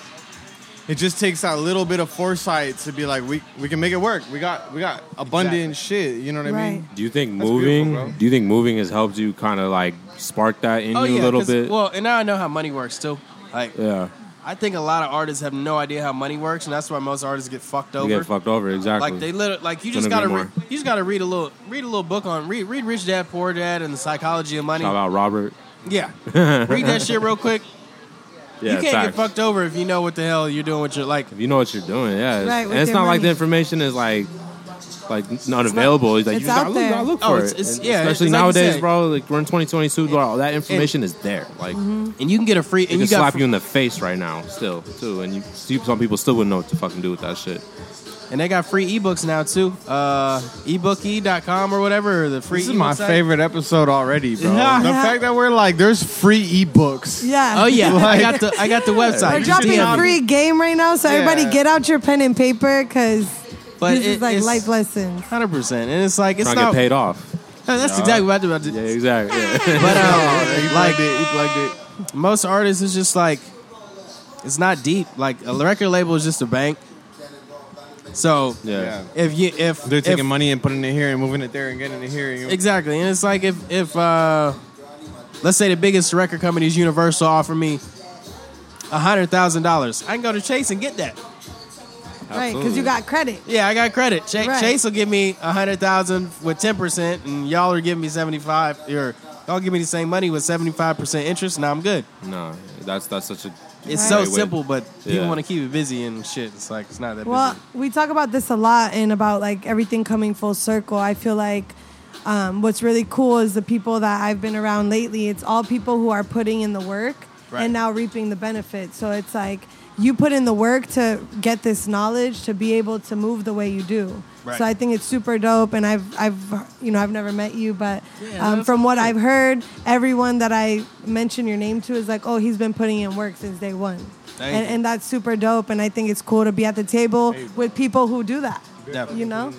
Speaker 5: It just takes that little bit of foresight to be like, we we can make it work. We got we got abundant shit. You know what I
Speaker 4: Right.
Speaker 5: mean?
Speaker 3: Do you think
Speaker 5: That's beautiful,
Speaker 3: moving?
Speaker 5: bro.
Speaker 3: Do you think moving has helped you kind of like spark that in you a little
Speaker 2: Oh, 'cause-
Speaker 3: bit?
Speaker 2: Well, and now I know how money works too. Like
Speaker 3: yeah,
Speaker 2: I think a lot of artists have no idea how money works, and that's why most artists get fucked
Speaker 3: you
Speaker 2: over.
Speaker 3: get fucked over exactly.
Speaker 2: Like they literally, like you
Speaker 3: Couldn't
Speaker 2: just gotta,
Speaker 3: agree
Speaker 2: re-
Speaker 3: more.
Speaker 2: you just gotta read a little, read a little book on read, read Rich Dad Poor Dad and the psychology of money.
Speaker 3: How about Robert? [LAUGHS]
Speaker 2: Yeah, read that shit real quick.
Speaker 3: Yeah,
Speaker 2: you can't
Speaker 3: facts.
Speaker 2: get fucked over if you know what the hell you're doing with your like.
Speaker 3: If you know what you're doing, yeah. It's-
Speaker 4: Right,
Speaker 3: and
Speaker 4: with
Speaker 3: it's
Speaker 4: your
Speaker 3: not like the
Speaker 4: money.
Speaker 3: information is like like not available. It's like
Speaker 4: it's
Speaker 3: you just gotta
Speaker 4: out
Speaker 3: look, you
Speaker 4: there.
Speaker 3: gotta look
Speaker 2: Oh,
Speaker 3: for
Speaker 2: it's-
Speaker 3: it.
Speaker 2: it's-
Speaker 3: And
Speaker 2: yeah,
Speaker 3: especially
Speaker 2: it's like you
Speaker 3: nowadays,
Speaker 2: said.
Speaker 3: bro. Like we're in 2022, bro. All that information is there. Like
Speaker 2: Mm-hmm. and you can get a free.
Speaker 3: it
Speaker 2: And you
Speaker 3: can
Speaker 2: got
Speaker 3: slap
Speaker 2: fr-
Speaker 3: you in the face right now, still too. And you see some people still wouldn't know what to fucking do with that shit.
Speaker 2: and they got free ebooks now too. Uh, ebookie.com or whatever. Or the free.
Speaker 5: This is my
Speaker 2: ebook site.
Speaker 5: favorite episode already,
Speaker 3: [LAUGHS]
Speaker 5: bro.
Speaker 2: Yeah.
Speaker 5: The fact that we're like, there's free ebooks.
Speaker 4: Yeah. [LAUGHS]
Speaker 2: Oh yeah, I
Speaker 5: Like-
Speaker 2: got the I [LAUGHS] got the website.
Speaker 4: We're
Speaker 2: You
Speaker 4: dropping
Speaker 2: DM
Speaker 4: a
Speaker 2: me.
Speaker 4: free game right now, so
Speaker 5: Yeah.
Speaker 4: everybody get out your pen and paper because
Speaker 2: But
Speaker 4: this is
Speaker 2: it-
Speaker 4: like
Speaker 2: it's-
Speaker 4: life lessons.
Speaker 2: Hundred percent, and it's like it's
Speaker 3: Trying to get
Speaker 2: not.
Speaker 3: paid off.
Speaker 2: [LAUGHS] That's exactly what I'm about to.
Speaker 3: Yeah,
Speaker 2: [LAUGHS]
Speaker 3: exactly. Yeah.
Speaker 2: But um,
Speaker 5: He
Speaker 2: like
Speaker 5: plugged it. He plugged it.
Speaker 2: most artists is just like it's not deep. Like a record label is just a bank. So
Speaker 3: Yeah.
Speaker 2: if you if
Speaker 5: They're taking
Speaker 2: if-
Speaker 5: money and putting it here and moving it there and getting it here. You know?
Speaker 2: exactly, and it's like if if uh, let's say the biggest record company is Universal offer me a hundred thousand dollars, I can go to Chase and get that.
Speaker 4: Right, because
Speaker 3: Absolutely.
Speaker 4: you got credit.
Speaker 2: Yeah, I got credit. Chase,
Speaker 4: Right.
Speaker 2: Chase will give me a hundred thousand with ten percent, and y'all are giving me seventy five. Or y'all give me the same money with seventy five percent interest, and I'm good.
Speaker 3: No, that's that's such a.
Speaker 2: It's
Speaker 4: Right.
Speaker 2: so
Speaker 3: great way-
Speaker 2: simple, but people
Speaker 3: Yeah.
Speaker 2: want to keep it busy and shit. It's like it's not that
Speaker 4: Well,
Speaker 2: busy.
Speaker 4: we talk about this a lot and about like everything coming full circle. I feel like um, what's really cool is the people that I've been around lately. It's all people who are putting in the work
Speaker 2: Right.
Speaker 4: and now reaping the benefits. So it's like you put in the work to get this knowledge to be able to move the way you do.
Speaker 2: Right.
Speaker 4: So I think it's super dope, and I've, I've, you know, I've never met you, but um, from what I've heard, everyone that I mention your name to is like, oh, he's been putting in work since day one,
Speaker 2: Thank
Speaker 4: and,
Speaker 2: you.
Speaker 4: and that's super dope. And I think it's cool to be at the table with people who do that.
Speaker 2: Definitely.
Speaker 4: You know?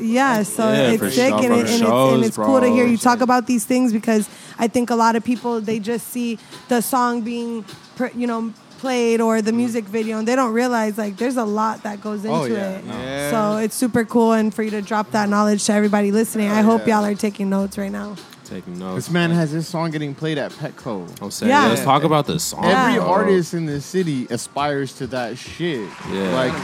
Speaker 4: Yeah, so
Speaker 3: Yeah, for
Speaker 4: it's sick
Speaker 3: sure,
Speaker 4: and, it,
Speaker 3: for
Speaker 4: and, it's, and
Speaker 3: shows,
Speaker 4: it's cool to
Speaker 3: bro,
Speaker 4: hear you
Speaker 3: shit.
Speaker 4: talk about these things because I think a lot of people they just see the song being, pr- you know, played or the music video and they don't realize like there's a lot that goes into
Speaker 5: Oh, yeah,
Speaker 4: it.
Speaker 5: no.
Speaker 2: Yeah.
Speaker 4: So it's super cool and for you to drop that knowledge to everybody listening. I hope y'all are taking notes right now.
Speaker 3: Taking notes.
Speaker 5: This man has his song getting played at Petco.
Speaker 3: I'm saying,
Speaker 4: Yeah.
Speaker 3: let's talk about the song.
Speaker 4: Yeah.
Speaker 5: Every
Speaker 3: bro.
Speaker 5: artist in the city aspires to that shit.
Speaker 3: Yeah.
Speaker 5: Like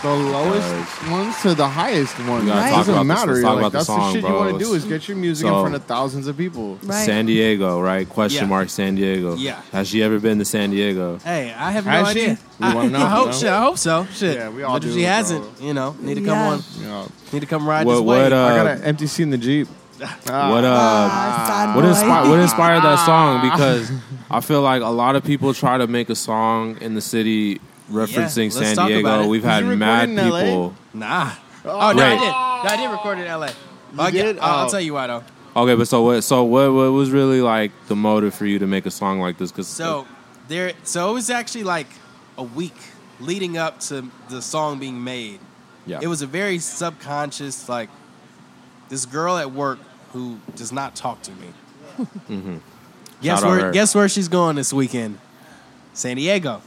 Speaker 5: the lowest
Speaker 3: Because-
Speaker 5: ones to the highest ones.
Speaker 3: gotta
Speaker 4: Right.
Speaker 5: It
Speaker 4: talk
Speaker 5: doesn't
Speaker 3: about this.
Speaker 5: matter.
Speaker 3: Let's talk
Speaker 5: Like,
Speaker 3: about the
Speaker 5: that's the,
Speaker 3: song,
Speaker 5: shit you
Speaker 3: bro.
Speaker 5: want to do is get your music in
Speaker 3: So-
Speaker 5: front of thousands of people.
Speaker 4: Right.
Speaker 3: San Diego, right? Question
Speaker 2: Yeah.
Speaker 3: mark San Diego.
Speaker 2: Yeah.
Speaker 3: Has she ever been to San Diego?
Speaker 2: Hey, I have no
Speaker 5: Has she?
Speaker 2: idea.
Speaker 5: We
Speaker 2: I,
Speaker 5: wanna know,
Speaker 2: I hope
Speaker 5: you know?
Speaker 2: so. I hope so. Shit.
Speaker 5: Yeah, we all
Speaker 2: but
Speaker 5: do,
Speaker 2: If she
Speaker 5: bro.
Speaker 2: hasn't, you know, need to come
Speaker 4: Yeah.
Speaker 2: on.
Speaker 5: You know,
Speaker 2: Need to come ride
Speaker 3: What
Speaker 2: this way.
Speaker 3: what
Speaker 5: I got
Speaker 3: uh
Speaker 5: an empty seat in the jeep.
Speaker 3: what uh
Speaker 4: Ah, sad
Speaker 3: what
Speaker 4: boy.
Speaker 3: inspired
Speaker 2: [LAUGHS]
Speaker 3: what inspired that song?
Speaker 2: Ah.
Speaker 3: Because I feel like a lot of people try to make a song in the city referencing
Speaker 2: let's
Speaker 3: San
Speaker 2: talk about
Speaker 3: Diego.
Speaker 2: it.
Speaker 3: We've
Speaker 5: Did
Speaker 3: had
Speaker 5: you record
Speaker 3: mad
Speaker 5: in LA?
Speaker 3: people.
Speaker 2: nah. Oh, no,
Speaker 3: Right.
Speaker 2: I did. No, I did record in L.A. I
Speaker 5: did?
Speaker 2: I'll, I'll
Speaker 5: Oh.
Speaker 2: tell you why though.
Speaker 3: Okay, but so what? So what? What was really like the motive for you to make a song like this? Because
Speaker 2: So there. So it was actually like a week leading up to the song being made.
Speaker 3: yeah,
Speaker 2: It was a very subconscious like this girl at work who does not talk
Speaker 3: [LAUGHS]
Speaker 2: to me. Guess
Speaker 3: Mm-hmm. Shout out
Speaker 2: where?
Speaker 3: her.
Speaker 2: Guess where she's going this weekend? San Diego.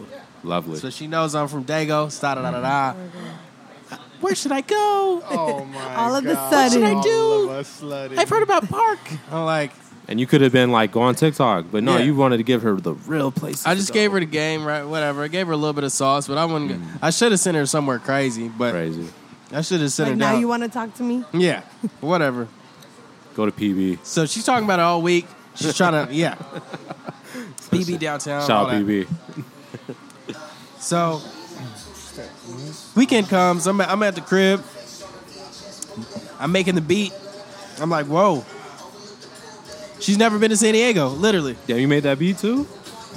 Speaker 3: lovely.
Speaker 2: So she knows I'm from Dago. Da da da da.
Speaker 3: Mm-hmm.
Speaker 2: Where should I go?
Speaker 5: Oh
Speaker 3: [LAUGHS]
Speaker 5: my
Speaker 4: All of a
Speaker 5: God.
Speaker 4: sudden. What should I
Speaker 2: do?
Speaker 5: All of a sudden.
Speaker 2: I've heard about Park. I'm like,
Speaker 3: and you could have been like go on TikTok, but no,
Speaker 2: Yeah.
Speaker 3: you wanted to give her the real place.
Speaker 2: I just gave her the game, right? Whatever. I gave her a little bit of sauce, but I wouldn't. go- I should have sent her somewhere crazy, but
Speaker 3: crazy.
Speaker 2: I should have sent
Speaker 4: Like,
Speaker 2: her
Speaker 4: now
Speaker 2: down.
Speaker 4: you want to talk to me?
Speaker 2: yeah, whatever.
Speaker 3: Go to PB.
Speaker 2: So she's talking about it all week. She's trying to, yeah. BB downtown.
Speaker 3: Shout
Speaker 2: all
Speaker 3: out
Speaker 2: that.
Speaker 3: PB.
Speaker 2: So weekend comes. I'm at, I'm at the crib. I'm making the beat. I'm like, whoa. She's never been to San Diego, literally.
Speaker 3: Yeah, you made that beat too.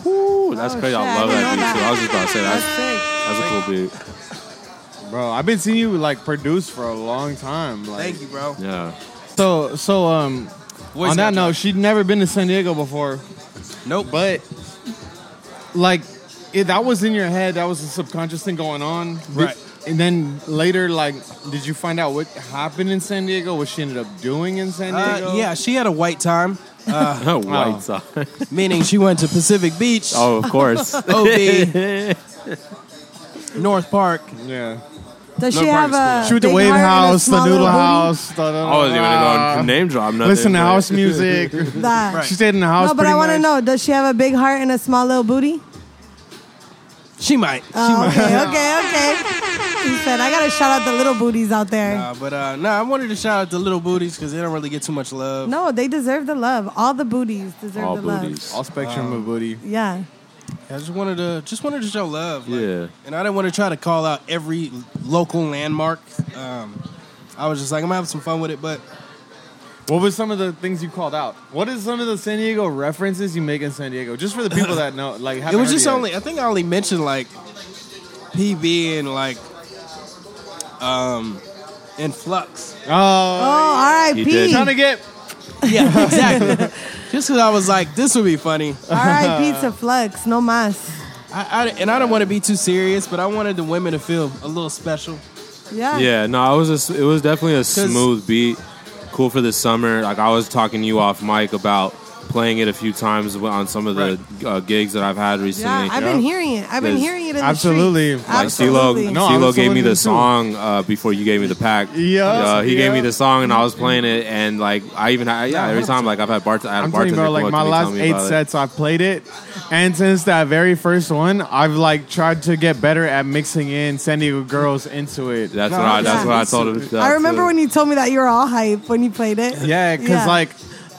Speaker 3: Woo, that's
Speaker 4: Oh,
Speaker 3: crazy.
Speaker 4: shit,
Speaker 3: I love
Speaker 4: I didn't
Speaker 3: that beat
Speaker 4: know
Speaker 3: too. I was just about to say
Speaker 4: That's
Speaker 3: that's
Speaker 4: sick.
Speaker 3: that's a cool beat.
Speaker 5: Bro, I've been seeing you like produce for a long time. Like,
Speaker 2: Thank you, bro.
Speaker 3: Yeah,
Speaker 5: So, so um,
Speaker 2: Voice
Speaker 5: on that
Speaker 2: actor.
Speaker 5: note, she'd never been to San Diego before,
Speaker 2: nope.
Speaker 5: but like it, that was in your head. That was a subconscious thing going on, Did-
Speaker 2: Right.
Speaker 5: and then later, like, did you find out what happened in San Diego? What she ended up doing in San Diego?
Speaker 2: Uh, yeah, she had a white time,
Speaker 3: [LAUGHS]
Speaker 4: Oh.
Speaker 3: White Sox. [LAUGHS]
Speaker 4: [LAUGHS]
Speaker 2: meaning she went to Pacific Beach,
Speaker 3: oh, of course.
Speaker 2: OB, [LAUGHS] North Park.
Speaker 5: Yeah.
Speaker 4: Does
Speaker 2: No
Speaker 4: she have
Speaker 2: parking
Speaker 4: a
Speaker 5: Shoot the
Speaker 4: big
Speaker 5: wave
Speaker 4: heart and a
Speaker 5: house, the
Speaker 4: small
Speaker 5: noodle
Speaker 4: little booty?
Speaker 5: house. da- da-
Speaker 3: I wasn't even
Speaker 5: da-
Speaker 4: Uh,
Speaker 3: going to name drop nothing.
Speaker 5: Listen to
Speaker 3: but-
Speaker 5: house music.
Speaker 2: [LAUGHS]
Speaker 4: That.
Speaker 2: Right.
Speaker 5: she stayed in the house.
Speaker 4: No, but
Speaker 5: pretty
Speaker 4: I want to
Speaker 5: much.
Speaker 4: know: Does she have a big heart and a small little booty?
Speaker 2: She might.
Speaker 4: Oh, okay, okay, okay. He said, "I gotta shout out the little booties out there."
Speaker 2: Uh, but uh, no, I wanted to shout out the little booties because they don't really get too much love.
Speaker 4: No, they deserve the love. All the booties
Speaker 3: [LAUGHS]
Speaker 4: deserve
Speaker 3: All
Speaker 4: the
Speaker 3: booties.
Speaker 5: All spectrum of booty.
Speaker 4: love. Yeah.
Speaker 2: I just wanted to just wanted to show love. like-
Speaker 3: Yeah.
Speaker 2: And I didn't want to try to call out every local landmark. Um, I was just like, I'm gonna have some fun with it, but
Speaker 5: What was some of the things you called out? What is some of the San Diego references you make in San Diego? Just for the people that know, like
Speaker 2: it
Speaker 5: haven't
Speaker 2: was
Speaker 5: heard
Speaker 2: just
Speaker 5: yet.
Speaker 2: only. I think I only mentioned like PB and like um and flux.
Speaker 4: Oh,
Speaker 5: Oh,
Speaker 3: He did.
Speaker 4: R.I.P.
Speaker 5: trying to get
Speaker 2: Yeah, exactly. [LAUGHS] just because I was like, this would be funny.
Speaker 4: R.I.P. to Flux. No mas.
Speaker 2: I, I and I don't want to be too serious, but I wanted the women to feel a little special.
Speaker 4: Yeah.
Speaker 3: Yeah, no, it was a s it was definitely a smooth beat, cool for the summer. Like I was talking to you off mic about playing it a few times w- on some of the uh, gigs that I've had recently.
Speaker 4: Yeah, I've been hearing it. I've been
Speaker 3: There's-
Speaker 4: hearing it in the
Speaker 5: Absolutely.
Speaker 4: streets.
Speaker 3: Like CeeLo,
Speaker 4: Absolutely.
Speaker 5: No, I
Speaker 3: CeeLo
Speaker 5: was
Speaker 3: gave
Speaker 5: telling
Speaker 3: me
Speaker 5: you
Speaker 3: the
Speaker 5: too.
Speaker 3: song uh, before you gave me the pack.
Speaker 5: [LAUGHS] Yeah,
Speaker 3: uh, he gave me
Speaker 5: yeah.
Speaker 3: the song and I was playing it, and like I even I, yeah every time like I've had bart I had a
Speaker 5: I'm telling you, bro.
Speaker 3: bartender
Speaker 5: Like
Speaker 3: come
Speaker 5: my
Speaker 3: up to
Speaker 5: last
Speaker 3: me, tell me
Speaker 5: eight
Speaker 3: about it.
Speaker 5: sets, I've played it, and since that very first one, I've like tried to get better at mixing in San Diego girls into it.
Speaker 3: That's what I that's
Speaker 4: Oh, yeah.
Speaker 3: what I told him. uh,
Speaker 4: I remember when you told me that you were all hype when you played
Speaker 5: [LAUGHS]
Speaker 4: it.
Speaker 5: Yeah, because like,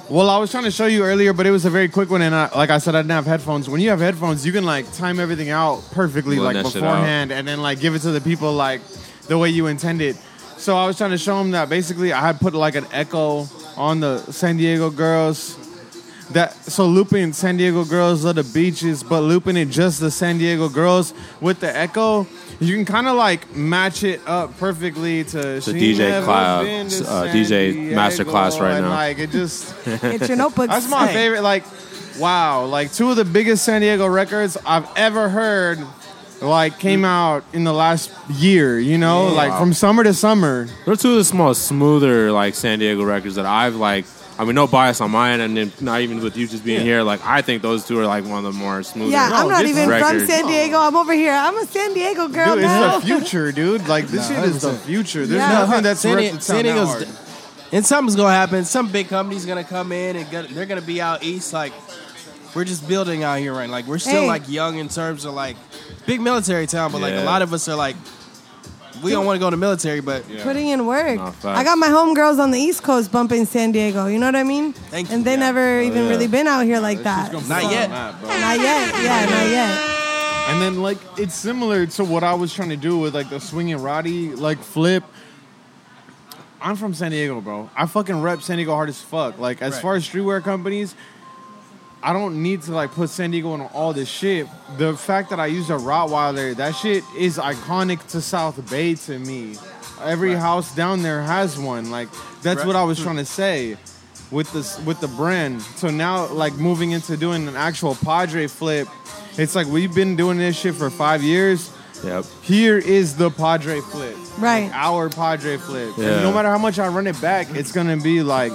Speaker 5: well, I was trying to show you earlier, but it was a very quick one, and I, like I said, I didn't have headphones. When you have headphones, you can like time everything out perfectly,
Speaker 3: Blend
Speaker 5: like
Speaker 3: that shit
Speaker 5: beforehand, and then like give it to the people like the way you intend it. So I was trying to show them that basically I had put like an echo on the San Diego girls. That so looping San Diego girls of the beaches, but looping it just the San Diego girls with the echo, you can kind of like match it up perfectly to
Speaker 3: a DJ cloud, uh, DJ masterclass right now.
Speaker 5: Like it
Speaker 3: [LAUGHS]
Speaker 5: just
Speaker 4: get your notebooks.
Speaker 5: that's my
Speaker 4: Hey.
Speaker 5: favorite. Like, wow, like two of the biggest San Diego records I've ever heard, like
Speaker 3: Mm.
Speaker 5: came out in the last year. You know, like from summer to summer.
Speaker 3: They're two of the small, smoother like San Diego records that I've like. I mean, no bias on mine, and then not even with you just being here. Like, I think those two are like one of the more smoother.
Speaker 4: Yeah, I'm not
Speaker 5: this
Speaker 4: even
Speaker 3: record.
Speaker 4: from San Diego. I'm over here. I'm a San Diego girl
Speaker 5: Dude,
Speaker 4: now.
Speaker 5: it's the future, dude. Like this shit is the future. There's
Speaker 4: Yeah.
Speaker 5: nothing that's
Speaker 2: San,
Speaker 5: worth the sound
Speaker 2: San
Speaker 5: now
Speaker 2: Diego's,
Speaker 5: hard.
Speaker 2: and something's gonna happen. Some big company's gonna come in and get, they're gonna be out east. Like we're just building out here, right? Like we're still
Speaker 4: Hey.
Speaker 2: like young in terms of like big military town, but like
Speaker 3: Yeah.
Speaker 2: a lot of us are like we don't want to go in the military, but
Speaker 4: Putting in work.
Speaker 3: No, facts.
Speaker 4: I got my homegirls on the East Coast bumping San Diego. You know what I mean?
Speaker 2: Thank you.
Speaker 4: and they
Speaker 2: Yeah.
Speaker 4: never even
Speaker 3: Oh, yeah.
Speaker 4: really been out here like that.
Speaker 2: Not
Speaker 4: So-
Speaker 2: yet.
Speaker 4: Not yet. Yeah, not yet.
Speaker 5: And then like it's similar to what I was trying to do with like the swinging Roddy like flip. I'm from San Diego, bro. I fucking rep San Diego hard as fuck. Like as
Speaker 2: Right.
Speaker 5: far as streetwear companies, I don't need to like put San Diego on all this shit. The fact that I used a Rottweiler, that shit is iconic to South Bay to me. Every house down there has one. Like that's
Speaker 2: Right. Hmm.
Speaker 5: what I was trying to say with this with the brand. So now like moving into doing an actual Padre flip, it's like we've been doing this shit for five years.
Speaker 3: Yep.
Speaker 5: Here is the Padre flip.
Speaker 4: Right.
Speaker 5: Our Padre flip. And
Speaker 3: Yeah.
Speaker 5: no matter how much I run it back, it's gonna be like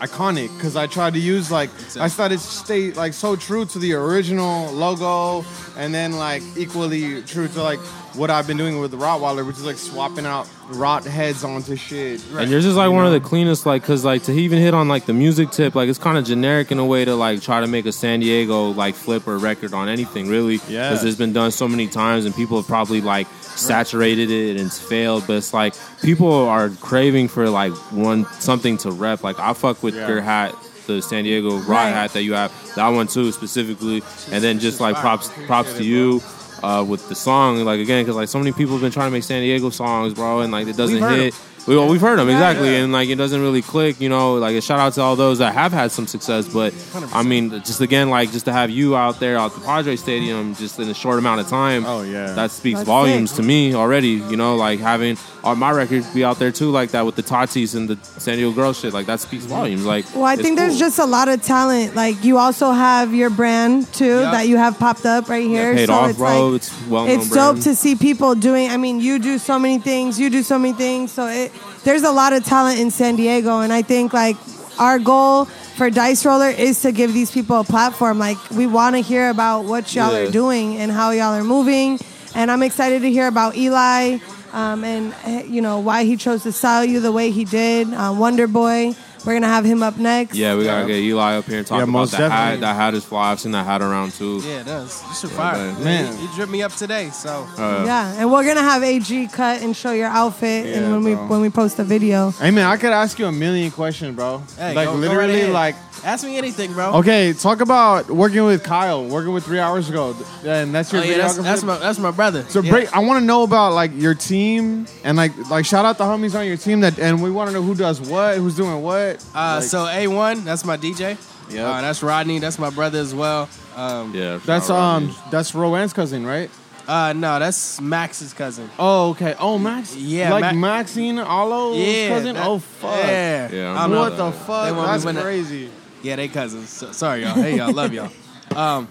Speaker 5: iconic because I tried to use like I started to stay like so true to the original logo and then like equally true to like what I've been doing with the Rottweiler, which is like swapping out rot heads onto shit.
Speaker 3: And yours is like one of the cleanest, like, cause like to even hit on like the music tip, like it's kind of generic in a way to like try to make a San Diego like flip or record on anything, really.
Speaker 5: Yeah.
Speaker 3: Because it's been done so many times, and people have probably like saturated it and it's failed. But it's like people are craving for like one something to rep. Like I fuck with
Speaker 5: Yeah.
Speaker 3: your hat, the San Diego rod
Speaker 4: Right.
Speaker 3: hat that you have, that one too specifically. And then just like props, props to you. Uh, with the song, like again, because like so many people have been trying to make San Diego songs, bro, and like it doesn't
Speaker 2: We've heard
Speaker 3: hit. We, well, we've heard them exactly,
Speaker 5: yeah.
Speaker 3: and like it doesn't really click. You know, like a shout out to all those that have had some success, but I mean, just again, like just to have you out there at the Padre Stadium, just in a short amount of time.
Speaker 5: Oh, yeah.
Speaker 3: that speaks
Speaker 4: That's
Speaker 3: volumes
Speaker 4: sick.
Speaker 3: to me already. You know, like having all my records be out there too, like that with the Tatis and the San Diego Girl shit, like that speaks volumes. Like,
Speaker 4: Well, I
Speaker 3: it's
Speaker 4: think there's
Speaker 3: cool.
Speaker 4: just a lot of talent. Like you also have your brand too
Speaker 2: Yeah.
Speaker 4: that you have popped up right
Speaker 3: Yeah,
Speaker 4: here.
Speaker 3: paid
Speaker 4: so
Speaker 3: off,
Speaker 4: it's
Speaker 3: bro.
Speaker 4: like
Speaker 3: it's well known.
Speaker 4: it's dope to see people doing. I mean, you do so many things. You do so many things. So it, there's a lot of talent in San Diego, and I think like our goal for Dice Roller is to give these people a platform. Like we want to hear about what y'all
Speaker 3: Yeah.
Speaker 4: are doing and how y'all are moving. And I'm excited to hear about Eli um, and, eh, you know, why he chose to style you the way he did. Uh, Wonder Boy, we're going to have him up next.
Speaker 3: Yeah, we gotta get Eli up here and talk
Speaker 5: Yeah,
Speaker 3: about
Speaker 5: most
Speaker 3: that hat.
Speaker 5: definitely.
Speaker 3: That hat is fly. I've seen that hat around too.
Speaker 2: Yeah, it does. You should fire.
Speaker 3: man.
Speaker 2: Man, you, you dripped me up today, so
Speaker 5: Uh,
Speaker 4: Yeah, and we're gonna have AG cut and show your outfit,
Speaker 5: Yeah,
Speaker 4: and when we
Speaker 5: bro.
Speaker 4: when we post the video,
Speaker 5: Hey man, I could ask you a million questions, bro.
Speaker 2: hey,
Speaker 5: like
Speaker 2: go- go right
Speaker 5: literally,
Speaker 2: ahead.
Speaker 5: like
Speaker 2: ask me anything, bro. Oh,
Speaker 5: okay, talk about working with Kyle, working with three hours ago, and that's
Speaker 2: Oh,
Speaker 5: your
Speaker 2: yeah, that's,
Speaker 5: videographer?
Speaker 2: that's my that's my brother.
Speaker 5: So
Speaker 2: Yeah.
Speaker 5: break. I want to know about like your team and like like shout out the homies on your team that and we want to know who does what, who's doing what.
Speaker 2: Uh,
Speaker 5: Like,
Speaker 2: so A one, that's my DJ.
Speaker 5: Yep.
Speaker 2: Uh, that's Rodney. That's my brother as well. Um,
Speaker 3: Yeah,
Speaker 5: that's
Speaker 3: shout out
Speaker 5: um
Speaker 3: Rodney.
Speaker 5: that's Rowan's cousin, right?
Speaker 2: uh, no, that's Max's cousin.
Speaker 5: Oh okay. Oh Max.
Speaker 2: Yeah,
Speaker 5: like
Speaker 2: Ma-
Speaker 5: Maxine Allo's
Speaker 2: Yeah.
Speaker 5: cousin.
Speaker 2: that-
Speaker 5: oh fuck.
Speaker 2: Yeah.
Speaker 3: Yeah,
Speaker 2: I
Speaker 3: I'm
Speaker 2: don't know.
Speaker 5: What
Speaker 3: know
Speaker 5: the
Speaker 3: that.
Speaker 5: fuck?
Speaker 2: They want me
Speaker 5: That's
Speaker 2: when I-
Speaker 5: crazy.
Speaker 2: Yeah, they cousins. So, sorry, y'all. Hey, y'all.
Speaker 5: [LAUGHS]
Speaker 2: Love y'all. Um,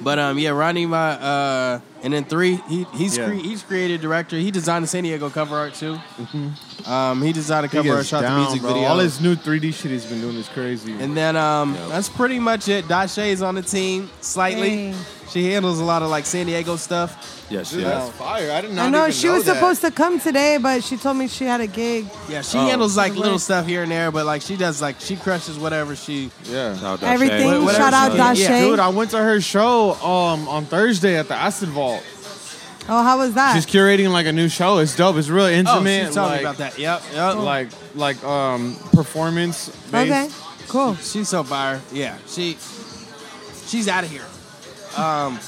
Speaker 2: but um, yeah, Ronnie, my uh, and then three. He he's
Speaker 5: Yeah.
Speaker 2: cre- he's creative director. He designed the San Diego cover art too. Um, he designed a
Speaker 5: Mm-hmm. He
Speaker 2: cover art,
Speaker 5: gets
Speaker 2: shot
Speaker 5: down,
Speaker 2: the music
Speaker 5: bro.
Speaker 2: video.
Speaker 5: All his new 3D shit he's been doing is crazy.
Speaker 2: and then um, that's pretty much it. Dashe's on the team slightly.
Speaker 4: Hey.
Speaker 2: She handles a lot of like San Diego stuff.
Speaker 3: yes,
Speaker 5: Dude,
Speaker 3: yes.
Speaker 5: that's fire. I didn't
Speaker 4: I know she was supposed to come today, but she told me she had a gig.
Speaker 2: Yeah,
Speaker 3: Oh.
Speaker 2: she handles like
Speaker 4: Right.
Speaker 2: little stuff here and there, but like she does like she crushes whatever she.
Speaker 5: Yeah.
Speaker 3: Shout out
Speaker 4: Everything.
Speaker 3: Dashay.
Speaker 2: Whatever
Speaker 4: Shout out
Speaker 2: she does.
Speaker 4: Dashe.
Speaker 2: Yeah.
Speaker 5: Dude, I went to her show um on Thursday at the Acid Vault.
Speaker 4: Oh, how was that?
Speaker 5: She's curating like a new show. It's dope. It's real
Speaker 2: Oh,
Speaker 5: intimate.
Speaker 2: she told
Speaker 5: like,
Speaker 2: me about that. Yep, yep.
Speaker 5: like like um performance based.
Speaker 4: okay, cool.
Speaker 2: She's so fire. Yeah, she she's out of here. Um,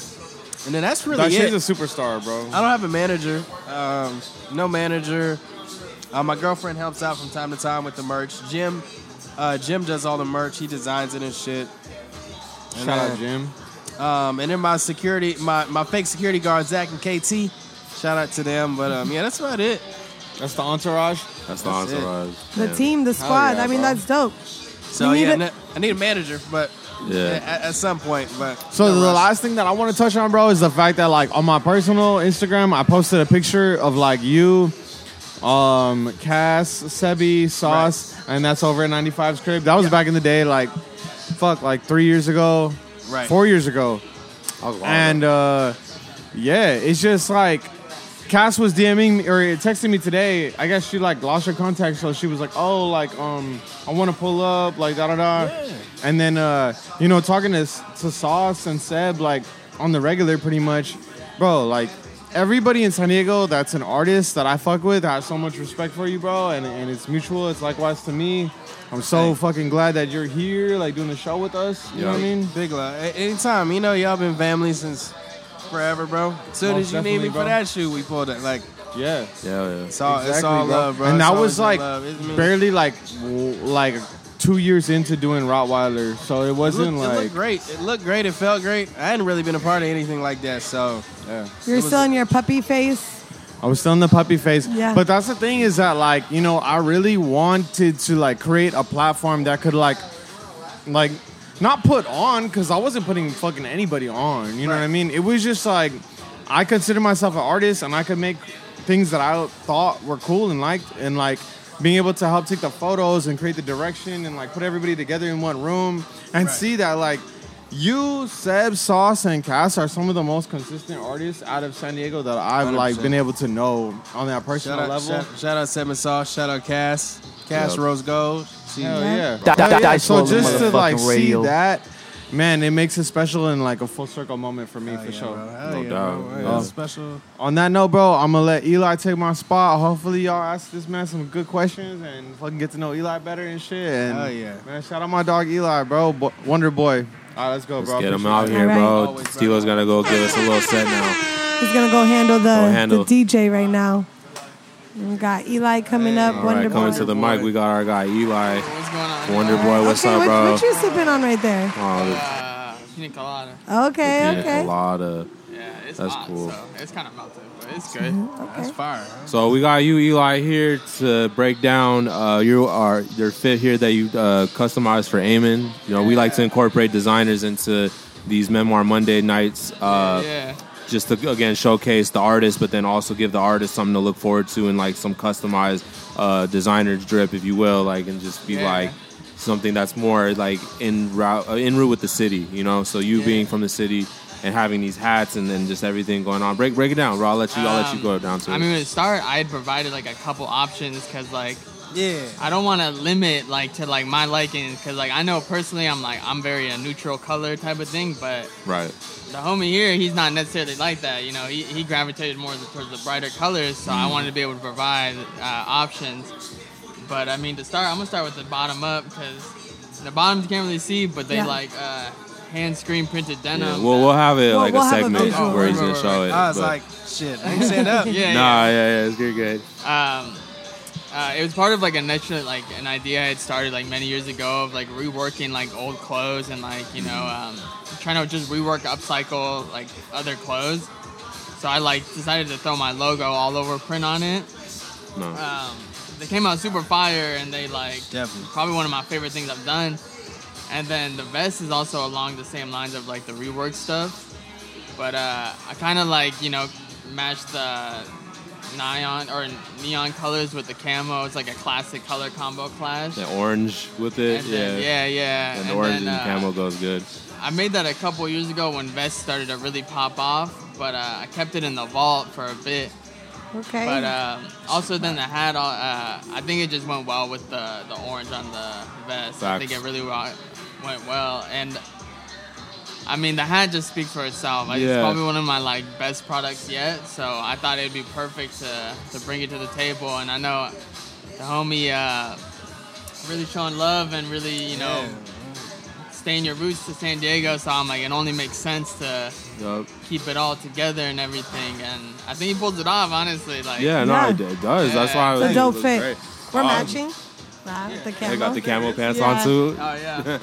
Speaker 2: and then that's really Oh,
Speaker 5: Dog,
Speaker 2: it.
Speaker 5: she's a superstar, bro.
Speaker 2: I don't have a manager. Um, no manager. Uh, my girlfriend helps out from time to time with the merch. Jim, uh, Jim does all the merch. He designs it and shit.
Speaker 5: Shout
Speaker 2: then-
Speaker 5: out uh, Jim.
Speaker 2: Um, and then my security, my, my fake security guard Zach and KT. Shout out to them. But um, yeah, that's about it.
Speaker 5: That's the entourage.
Speaker 3: That's the
Speaker 2: That's it.
Speaker 3: entourage.
Speaker 4: The team, the squad.
Speaker 5: yeah,
Speaker 4: I mean,
Speaker 5: bro.
Speaker 4: that's dope.
Speaker 2: So
Speaker 4: We need
Speaker 2: yeah,
Speaker 4: a-
Speaker 2: n- I need a manager, but
Speaker 3: Yeah.
Speaker 2: at, at some point. But
Speaker 5: So
Speaker 2: no
Speaker 5: the
Speaker 2: rush.
Speaker 5: last thing that I want to touch on, bro, is the fact that like on my personal Instagram, I posted a picture of like you, um, Cass, Sebi, Sauce, and that's over at 95's crib. That was
Speaker 2: Yeah.
Speaker 5: back in the day, like fuck, like three years ago,
Speaker 2: Right.
Speaker 5: four years ago. and uh, yeah, it's just like Cass was DMing me or texting me today. I guess she like lost her contact, so she was like, "Oh, like um, I want to pull up, like da da da." And then uh, you know, talking to to Sauce and Seb like on the regular, pretty much, bro. Like everybody in San Diego that's an artist that I fuck with, I have so much respect for you, bro, and and it's mutual. It's likewise to me. I'm so fucking glad that you're here, like doing the show with us. You know what I
Speaker 3: Yeah.
Speaker 5: mean?
Speaker 2: Big love. A- anytime, you know, y'all been family since forever, bro. As soon
Speaker 5: Most
Speaker 2: as you need me
Speaker 5: definitely,
Speaker 2: for
Speaker 5: bro.
Speaker 2: that shoot, we pulled it. Like
Speaker 5: Yeah.
Speaker 3: Yeah, yeah.
Speaker 2: it's all, it's all love, bro.
Speaker 5: And
Speaker 2: It's
Speaker 5: that
Speaker 2: always
Speaker 5: was
Speaker 2: been
Speaker 5: like
Speaker 2: love. It's been-
Speaker 5: barely like w- like two years into doing Rottweiler, so it
Speaker 2: It looked,
Speaker 5: wasn't
Speaker 2: it
Speaker 5: like
Speaker 2: looked great. It looked great. It felt great. I hadn't really been a part of anything like that, so
Speaker 5: yeah.
Speaker 4: You're
Speaker 2: was
Speaker 4: still
Speaker 2: a-
Speaker 4: in your puppy face.
Speaker 5: I was still in the puppy phase.
Speaker 4: Yeah.
Speaker 5: But that's the thing is that like you know I really wanted to like create a platform that could like like not put on because I wasn't putting fucking anybody on. You know what I
Speaker 2: Right.
Speaker 5: mean? It was just like I consider myself an artist and I could make things that I thought were cool and liked and like being able to help take the photos and create the direction and like put everybody together in one room and
Speaker 2: Right.
Speaker 5: see that like you, Seb, Sauce, and Cass are some of the most consistent artists out of San Diego that I've like
Speaker 2: 100%.
Speaker 5: been able to know on that personal
Speaker 2: shout out,
Speaker 5: level.
Speaker 2: shout, shout out Seven Sauce. Shout out Cass. Cass
Speaker 3: Yep.
Speaker 2: Rose Gold. She,
Speaker 5: Hell
Speaker 4: Yeah.
Speaker 5: yeah.
Speaker 1: Di- di-
Speaker 5: Hell yeah.
Speaker 1: dice
Speaker 5: So
Speaker 1: rolling
Speaker 5: just to like
Speaker 1: motherfucking
Speaker 5: see
Speaker 1: radio.
Speaker 5: that, man, it makes it special and like a full circle moment for me
Speaker 2: Hell
Speaker 5: for
Speaker 2: yeah,
Speaker 5: sure.
Speaker 2: bro. Hell
Speaker 3: No
Speaker 2: yeah,
Speaker 3: doubt.
Speaker 2: bro. Hey,
Speaker 3: Yeah.
Speaker 2: that's Special.
Speaker 5: On that note, bro, I'm gonna let Eli take my spot. Hopefully, y'all ask this man some good questions and fucking get to know Eli better and shit. And
Speaker 2: Hell yeah.
Speaker 5: man, shout out my dog Eli, bro, Bo- Wonder Boy. All right, let's go,
Speaker 3: Let's
Speaker 5: bro.
Speaker 3: get him
Speaker 5: Appreciate
Speaker 3: out
Speaker 5: it.
Speaker 3: here,
Speaker 4: Alright.
Speaker 3: bro.
Speaker 2: Always, bro.
Speaker 3: Steel's gonna go give us a little set now.
Speaker 4: He's gonna go handle the,
Speaker 3: Go handle.
Speaker 4: the DJ right now. We got Eli coming up.
Speaker 3: All
Speaker 4: Wonder
Speaker 3: right, coming
Speaker 4: Boy.
Speaker 3: to the mic, we got our guy Eli,
Speaker 6: What's going on?
Speaker 3: Wonder Boy. What's
Speaker 4: okay,
Speaker 3: up,
Speaker 4: what,
Speaker 3: bro?
Speaker 4: what you sipping on right there?
Speaker 3: Oh,
Speaker 6: Uh, pina colada.
Speaker 4: Okay,
Speaker 3: the
Speaker 4: okay.
Speaker 3: colada.
Speaker 6: Yeah, it's
Speaker 3: That's
Speaker 6: hot,
Speaker 3: cool.
Speaker 6: so it's kind of melted, but it's good.
Speaker 2: That's fire. huh?
Speaker 3: So we got you, Eli, here to break down uh, your our, your fit here that you uh, customized for Eamon. You know, we like to incorporate designers into these Memoir Monday nights, uh,
Speaker 6: yeah,
Speaker 3: just to again showcase the artist, but then also give the artist something to look forward to and like some customized uh, designer's drip, if you will, like and just be
Speaker 6: Yeah.
Speaker 3: like something that's more like in route uh, in route with the city, you know. So you being from the city. and having these hats and then just everything going on. Break break it down, bro. I'll let you. I'll let you
Speaker 6: Um,
Speaker 3: go down to.
Speaker 6: I
Speaker 3: it.
Speaker 6: mean, when it started, I had provided like a couple options because like
Speaker 2: Yeah.
Speaker 6: I don't want to limit like to like my liking because like I know personally I'm like I'm very a neutral color type of thing, but
Speaker 3: right.
Speaker 6: the homie here he's not necessarily like that. You know, he, he gravitated more towards the brighter colors, so I wanted to be able to provide uh, options. But I mean, to start, I'm gonna start with the bottom up because the bottoms you can't really see, but they
Speaker 4: Yeah.
Speaker 6: like uh, hand screen printed denim.
Speaker 3: Yeah, we'll we'll have it
Speaker 4: Well,
Speaker 3: like
Speaker 4: we'll
Speaker 3: a
Speaker 4: have a
Speaker 3: segment
Speaker 4: visual.
Speaker 3: where he's gonna show it.
Speaker 2: I was
Speaker 3: but-
Speaker 2: like, shit, I ain't
Speaker 5: [LAUGHS]
Speaker 2: stand up.
Speaker 6: yeah, yeah.
Speaker 3: nah, yeah, yeah, it's good, good.
Speaker 6: um, uh, it was part of like a natural like an idea I had started like many years ago of like reworking like old clothes and like you know um, trying to just rework upcycle like other clothes. So I like decided to throw my logo all over, print on it.
Speaker 3: No.
Speaker 6: Um, they came out super fire, and they like
Speaker 2: Definitely.
Speaker 6: probably one of my favorite things I've done. And then the vest is also along the same lines of like the rework stuff, but uh, I kind of like you know matched the neon or neon colors with the camo. It's like a classic color combo clash.
Speaker 3: the orange with it,
Speaker 6: And
Speaker 3: yeah.
Speaker 6: then- yeah, yeah.
Speaker 3: And, the orange
Speaker 6: then,
Speaker 3: and
Speaker 6: uh,
Speaker 3: camel goes good.
Speaker 6: I made that a couple years ago when vests started to really pop off, but uh, I kept it in the vault for a bit.
Speaker 4: Okay.
Speaker 6: But uh, also then the hat, uh, I think it just went well with the, the orange on the vest. I think it
Speaker 3: Facts.
Speaker 6: really wa- went well, and I mean the hat just speaks for itself. Like, It's
Speaker 3: Yeah.
Speaker 6: probably one of my like best products yet, so I thought it'd be perfect to to bring it to the table. And I know the homie uh, really showing love and really you know staying your roots to San Diego, so I'm like it only makes sense to
Speaker 3: Yup.
Speaker 6: keep it all together and everything. And I think he pulled it off, honestly. Like
Speaker 3: Yeah, no,
Speaker 4: Yeah.
Speaker 3: it, it does. That's why I
Speaker 6: It's
Speaker 3: was
Speaker 4: a
Speaker 3: it
Speaker 4: dope
Speaker 3: looks
Speaker 4: fit.
Speaker 3: great.
Speaker 4: We're
Speaker 3: Um,
Speaker 4: matching. Wow, with the
Speaker 3: I
Speaker 4: camera.
Speaker 3: got the camel pants
Speaker 4: Yeah.
Speaker 3: on too.
Speaker 6: Oh yeah.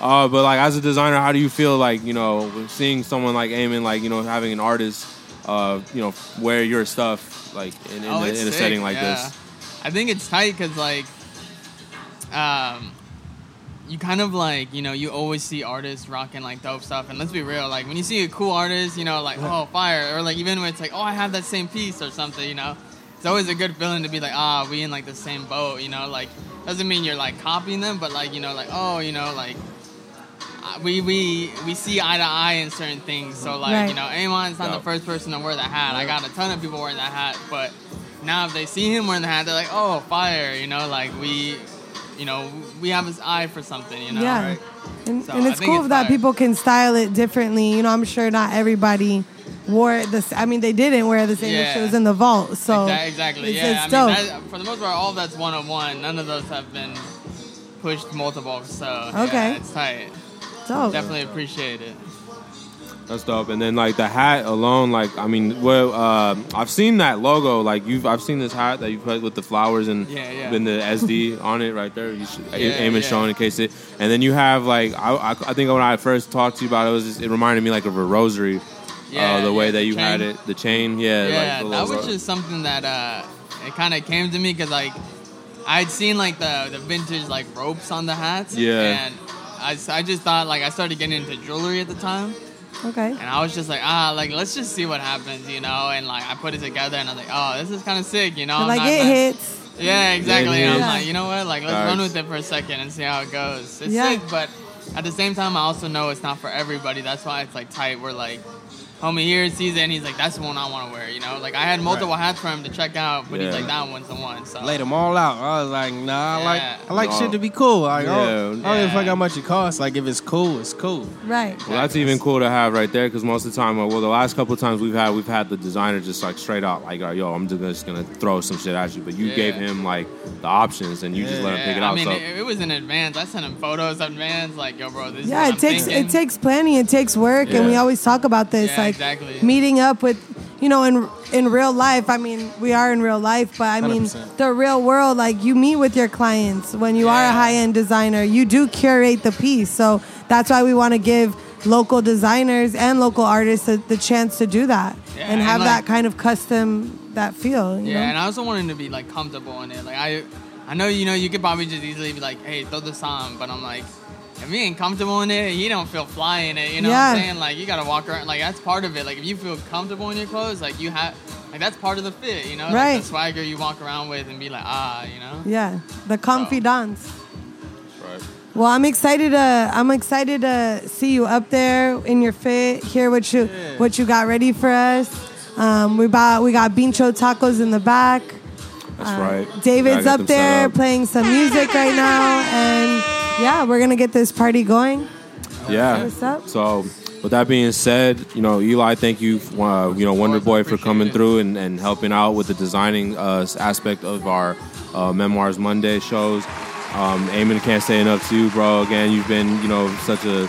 Speaker 3: Uh, but like as a designer, how do you feel like you know seeing someone like Eamon, like you know having an artist, uh, you know wear your stuff like [LAUGHS] in, in,
Speaker 6: oh,
Speaker 3: a,
Speaker 6: it's
Speaker 3: in a
Speaker 6: sick,
Speaker 3: setting like
Speaker 6: yeah.
Speaker 3: this?
Speaker 6: I think it's tight because like, um, you kind of like you know you always see artists rocking like dope stuff, and let's be real, like when you see a cool artist, you know like oh fire, or like even when it's like oh I have that same piece or something, you know, it's always a good feeling to be like ah we in like the same boat, you know like doesn't mean you're like copying them, but like you know like oh you know like. uh, We, we we see eye to eye in certain things, so like
Speaker 4: Right.
Speaker 6: you know, Amon's not
Speaker 3: Yeah.
Speaker 6: the first person to wear the hat. I got a ton of people wearing that hat, but now if they see him wearing the hat, they're like, "Oh, fire!" You know, like we, you know, we have his eye for something. You know,
Speaker 4: yeah. And,
Speaker 6: So
Speaker 4: and
Speaker 6: I
Speaker 4: it's
Speaker 6: think
Speaker 4: cool
Speaker 6: it's
Speaker 4: that
Speaker 6: fire.
Speaker 4: people can style it differently. You know, I'm sure not everybody wore the. s- I mean, they didn't wear the same
Speaker 6: Yeah.
Speaker 4: shoes in the vault. So
Speaker 6: Exa- exactly.
Speaker 4: It's,
Speaker 6: yeah,
Speaker 4: it's
Speaker 6: I mean,
Speaker 4: dope.
Speaker 6: that, for the most part, all of that's one on one. None of those have been pushed multiple. So yeah,
Speaker 4: Okay.
Speaker 6: it's tight.
Speaker 4: dope.
Speaker 6: Definitely appreciate it.
Speaker 3: Uh, That's dope. And then like the hat alone, like I mean, well, uh, I've seen that logo. Like you've, I've seen this hat that you put with the flowers and
Speaker 6: Yeah, yeah.
Speaker 3: then the
Speaker 6: [LAUGHS]
Speaker 3: SD on it right there. You should
Speaker 6: Yeah,
Speaker 3: aim and
Speaker 6: yeah.
Speaker 3: show in case it. And then you have like I, I, I think when I first talked to you about it, it was just, it reminded me like of a rosary.
Speaker 6: Yeah,
Speaker 3: uh, the way
Speaker 6: yeah,
Speaker 3: that
Speaker 6: the
Speaker 3: you had
Speaker 6: chain.
Speaker 3: it, the chain. Yeah,
Speaker 6: Yeah,
Speaker 3: like the
Speaker 6: that
Speaker 3: little
Speaker 6: was
Speaker 3: ro-
Speaker 6: just something that uh, it kind of came to me because like I'd seen like the the vintage like ropes on the hats.
Speaker 3: Yeah.
Speaker 6: And I, s- I just thought like I started getting into jewelry at the time.
Speaker 4: Okay.
Speaker 6: And I was just like, ah, like let's just see what happens, you know. And like I put it together, and I was like, oh, this is kind of sick, you know. I'm
Speaker 4: like
Speaker 6: not
Speaker 4: it
Speaker 6: gonna-
Speaker 4: hits.
Speaker 6: Yeah, exactly.
Speaker 3: Yeah, it
Speaker 6: and I'm
Speaker 4: hits.
Speaker 6: like, you know what? Like let's
Speaker 3: Facts.
Speaker 6: run with it for a second and see how it goes. It's
Speaker 4: Yeah.
Speaker 6: sick, but at the same time, I also know it's not for everybody. That's why it's like tight. We're like, homie here sees it, and he's like, that's the one I want to wear, you know. Like I had multiple hats for him to check out, but
Speaker 3: Yeah.
Speaker 6: he's like, that one's the one. So
Speaker 2: Laid them all out. I was like, nah, I
Speaker 6: Yeah.
Speaker 2: like I like
Speaker 3: No.
Speaker 2: shit to be cool. Like, I don't,
Speaker 3: Yeah.
Speaker 2: I don't give a fuck
Speaker 6: Yeah.
Speaker 2: how much it costs. Like, if it's cool, it's cool.
Speaker 4: Right.
Speaker 3: Well, that's even cool to have right there because most of the time, uh, well, the last couple of times we've had, we've had the designer just like straight out, like, uh, yo, I'm just gonna, just gonna throw some shit at you. But you
Speaker 6: Yeah.
Speaker 3: gave him like the options and you just let him
Speaker 6: yeah,
Speaker 3: pick it
Speaker 6: I
Speaker 3: out.
Speaker 6: mean,
Speaker 3: so,
Speaker 6: it, it was in advance. I sent him photos in advance, like, yo, bro, this.
Speaker 4: Yeah,
Speaker 6: is what
Speaker 4: it takes
Speaker 6: I'm thinking.
Speaker 4: it takes planning, it takes work, and we
Speaker 3: Yeah.
Speaker 4: always talk about this,
Speaker 6: Yeah,
Speaker 4: like
Speaker 6: exactly.
Speaker 4: meeting up with, you know, in in real life. I mean, we are in real life, but I mean,
Speaker 2: 100%.
Speaker 4: the real world, like you meet with your clients when you are a
Speaker 6: Yeah.
Speaker 4: high end designer, you do curate the piece, so that's why we want to give local designers and local artists the, the chance to do that
Speaker 6: Yeah,
Speaker 4: and
Speaker 6: and
Speaker 4: have that
Speaker 6: like-
Speaker 4: kind of custom that feel. You
Speaker 6: Yeah,
Speaker 4: know?
Speaker 6: and I also wanted to be like comfortable in it. Like I, I know you know you could probably just easily be like, hey, throw this on, but I'm like, if you ain't comfortable in it, you don't feel fly in it. You know what
Speaker 4: Yeah.
Speaker 6: I'm saying? Like you gotta walk around. Like that's part of it. Like if you feel comfortable in your clothes, like you have, like that's part of the fit. You know, Like,
Speaker 4: Right.
Speaker 6: the swagger you walk around with and be like, ah, you know.
Speaker 4: yeah, the confidence.
Speaker 3: Right.
Speaker 4: Well, I'm excited to I'm excited to see you up there in your fit. Hear what you what you got ready for us. Um, we bought we got bincho tacos in the back.
Speaker 3: That's right.
Speaker 4: Um,
Speaker 3: Gotta
Speaker 4: David's
Speaker 3: get them set
Speaker 4: up there
Speaker 3: up.
Speaker 4: playing some music right now, and yeah, we're gonna get this party going.
Speaker 3: Yeah.
Speaker 4: What's up?
Speaker 3: So, with that being said, you know, Eli, thank you, uh, you know, Wonder Boy for
Speaker 6: appreciate
Speaker 3: coming
Speaker 6: it.
Speaker 3: through and, and helping out with the designing uh, aspect of our uh, Memoirs Monday shows. Um, Eamon, can't say enough to you, bro. Again, you've been, you know, such a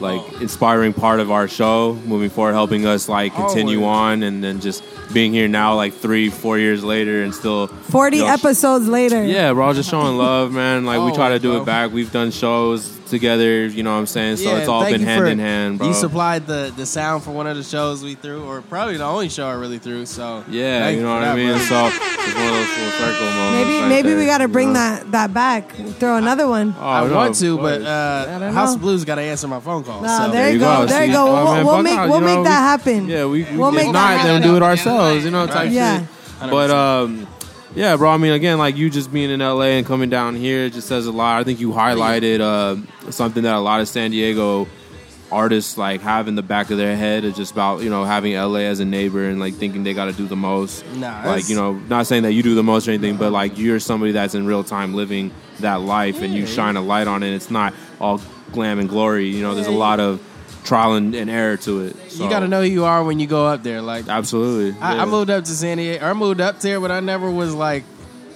Speaker 3: like inspiring part of our show moving forward, helping us like continue
Speaker 5: Always.
Speaker 3: on, and then just being here now, like three, four years later, and still
Speaker 4: Forty
Speaker 3: you know,
Speaker 4: episodes later.
Speaker 3: yeah, we're all
Speaker 2: [LAUGHS]
Speaker 3: just showing love, man. Like we try to
Speaker 2: Always,
Speaker 3: do
Speaker 2: bro.
Speaker 3: it back. We've done shows together, you know what I'm saying? So
Speaker 2: Yeah,
Speaker 3: it's all
Speaker 2: thank
Speaker 3: been
Speaker 2: you
Speaker 3: hand
Speaker 2: for-
Speaker 3: in hand, bro.
Speaker 2: You supplied the, the sound for one of the shows we threw, or probably the only show I really threw. So
Speaker 3: yeah,
Speaker 2: thank
Speaker 3: you know
Speaker 2: for
Speaker 3: what
Speaker 2: that,
Speaker 3: I mean?
Speaker 2: bro.
Speaker 3: So it's one of those full circle moments.
Speaker 4: Maybe
Speaker 3: right
Speaker 4: maybe
Speaker 3: there,
Speaker 4: we gotta
Speaker 3: you
Speaker 4: bring
Speaker 3: know?
Speaker 4: that that back. Throw another one.
Speaker 3: Oh,
Speaker 2: I
Speaker 3: no,
Speaker 2: want to,
Speaker 3: of
Speaker 2: but
Speaker 3: course.
Speaker 2: uh,
Speaker 4: don't
Speaker 2: House
Speaker 4: know.
Speaker 2: of Blues got to answer my phone call.
Speaker 4: No,
Speaker 2: so.
Speaker 4: Ah, there you go. There you
Speaker 3: See?
Speaker 4: go.
Speaker 3: Oh,
Speaker 4: We'll,
Speaker 3: man,
Speaker 4: we'll
Speaker 3: fuck
Speaker 4: make
Speaker 3: out,
Speaker 4: we'll
Speaker 3: you
Speaker 4: make
Speaker 3: know,
Speaker 4: that
Speaker 3: we-
Speaker 4: happen.
Speaker 3: Yeah, we, we
Speaker 4: We'll
Speaker 3: if
Speaker 4: make
Speaker 3: not,
Speaker 6: that
Speaker 3: then
Speaker 6: happen.
Speaker 3: do it ourselves, you know, type
Speaker 2: Right.
Speaker 4: Yeah.
Speaker 3: shit. But um, yeah, bro. I mean, again, like you just being in LA and coming down here just says a lot. I think you highlighted uh, something that a lot of San Diego artists like have in the back of their head is just about you know having LA as a neighbor and like thinking they got to do the most.
Speaker 2: Nah,
Speaker 3: like
Speaker 2: that's-
Speaker 3: you know, not saying that you do the most or anything, but like you're somebody that's in real time living that life and you shine a light on it. It's not all glam and glory. You know, there's a lot of trial and, and error to it. So.
Speaker 2: you got to know who you are when you go up there. Like
Speaker 3: Absolutely.
Speaker 2: I, I
Speaker 3: Yeah.
Speaker 2: moved up to San Diego. Or I moved up there, but I never was like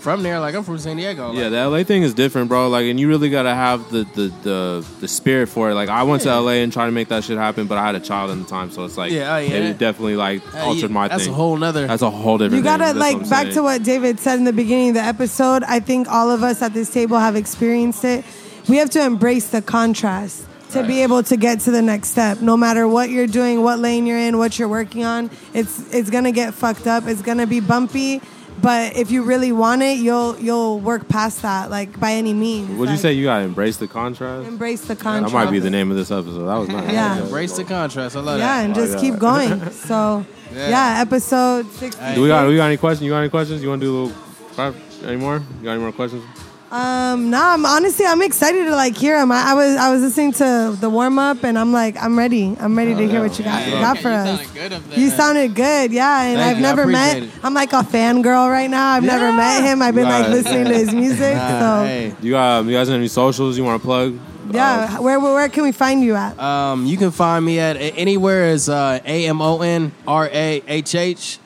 Speaker 2: from there. Like I'm from San Diego. Like,
Speaker 3: Yeah, the LA thing is different, bro. Like, and you really gotta have the the the, the spirit for it. Like, I went to LA and tried to make that shit happen, but I had a child at the time, so it's like,
Speaker 2: Yeah, oh, yeah.
Speaker 3: it, it definitely like
Speaker 2: uh,
Speaker 3: altered
Speaker 2: yeah,
Speaker 3: my
Speaker 2: that's
Speaker 3: thing.
Speaker 2: a whole nother.
Speaker 3: that's a whole different.
Speaker 4: You gotta
Speaker 3: thing. That's what
Speaker 4: like
Speaker 3: I'm
Speaker 4: back
Speaker 3: saying.
Speaker 4: to what David said in the beginning of the episode. I think all of us at this table have experienced it. We have to embrace the contrast to be able to get to the next step. No matter what you're doing, what lane you're in, what you're working on, it's it's gonna get fucked up. It's gonna be bumpy. But if you really want it, you'll you'll work past that, like by any means.
Speaker 3: What'd you
Speaker 4: Like,
Speaker 3: say? You gotta embrace the contrast.
Speaker 4: Embrace the
Speaker 3: That
Speaker 4: contrast.
Speaker 3: might be the name of this episode. That
Speaker 4: [LAUGHS]
Speaker 3: was nice.
Speaker 4: Yeah.
Speaker 2: embrace the contrast. I love
Speaker 4: Yeah,
Speaker 2: that.
Speaker 4: and just
Speaker 3: yeah.
Speaker 4: keep going. So yeah, episode sixty.
Speaker 3: Do we got? We got any questions? You got any questions? You want to do a little? crap Anymore? You got any more questions?
Speaker 4: Um, nah, I'm honestly, I'm excited to like hear him. I, I was, I was listening to the warm up, and I'm like, I'm ready. I'm ready to hear what you got,
Speaker 6: Yeah,
Speaker 4: got
Speaker 6: you
Speaker 4: for us.
Speaker 6: sounded good up there.
Speaker 4: You sounded good, yeah. And
Speaker 2: Thank
Speaker 4: I've
Speaker 2: you, I
Speaker 4: never met.
Speaker 2: appreciate it.
Speaker 4: I'm like a fangirl right now. I've never met him. I've been
Speaker 3: Nah,
Speaker 4: like listening to
Speaker 2: [LAUGHS]
Speaker 4: his music.
Speaker 2: Uh,
Speaker 4: so
Speaker 2: hey.
Speaker 3: You got? You guys have any socials you want to plug?
Speaker 4: yeah, where, where where can we find you at?
Speaker 2: Um, you can find me at a- anywhere is uh, A M O N R A H H.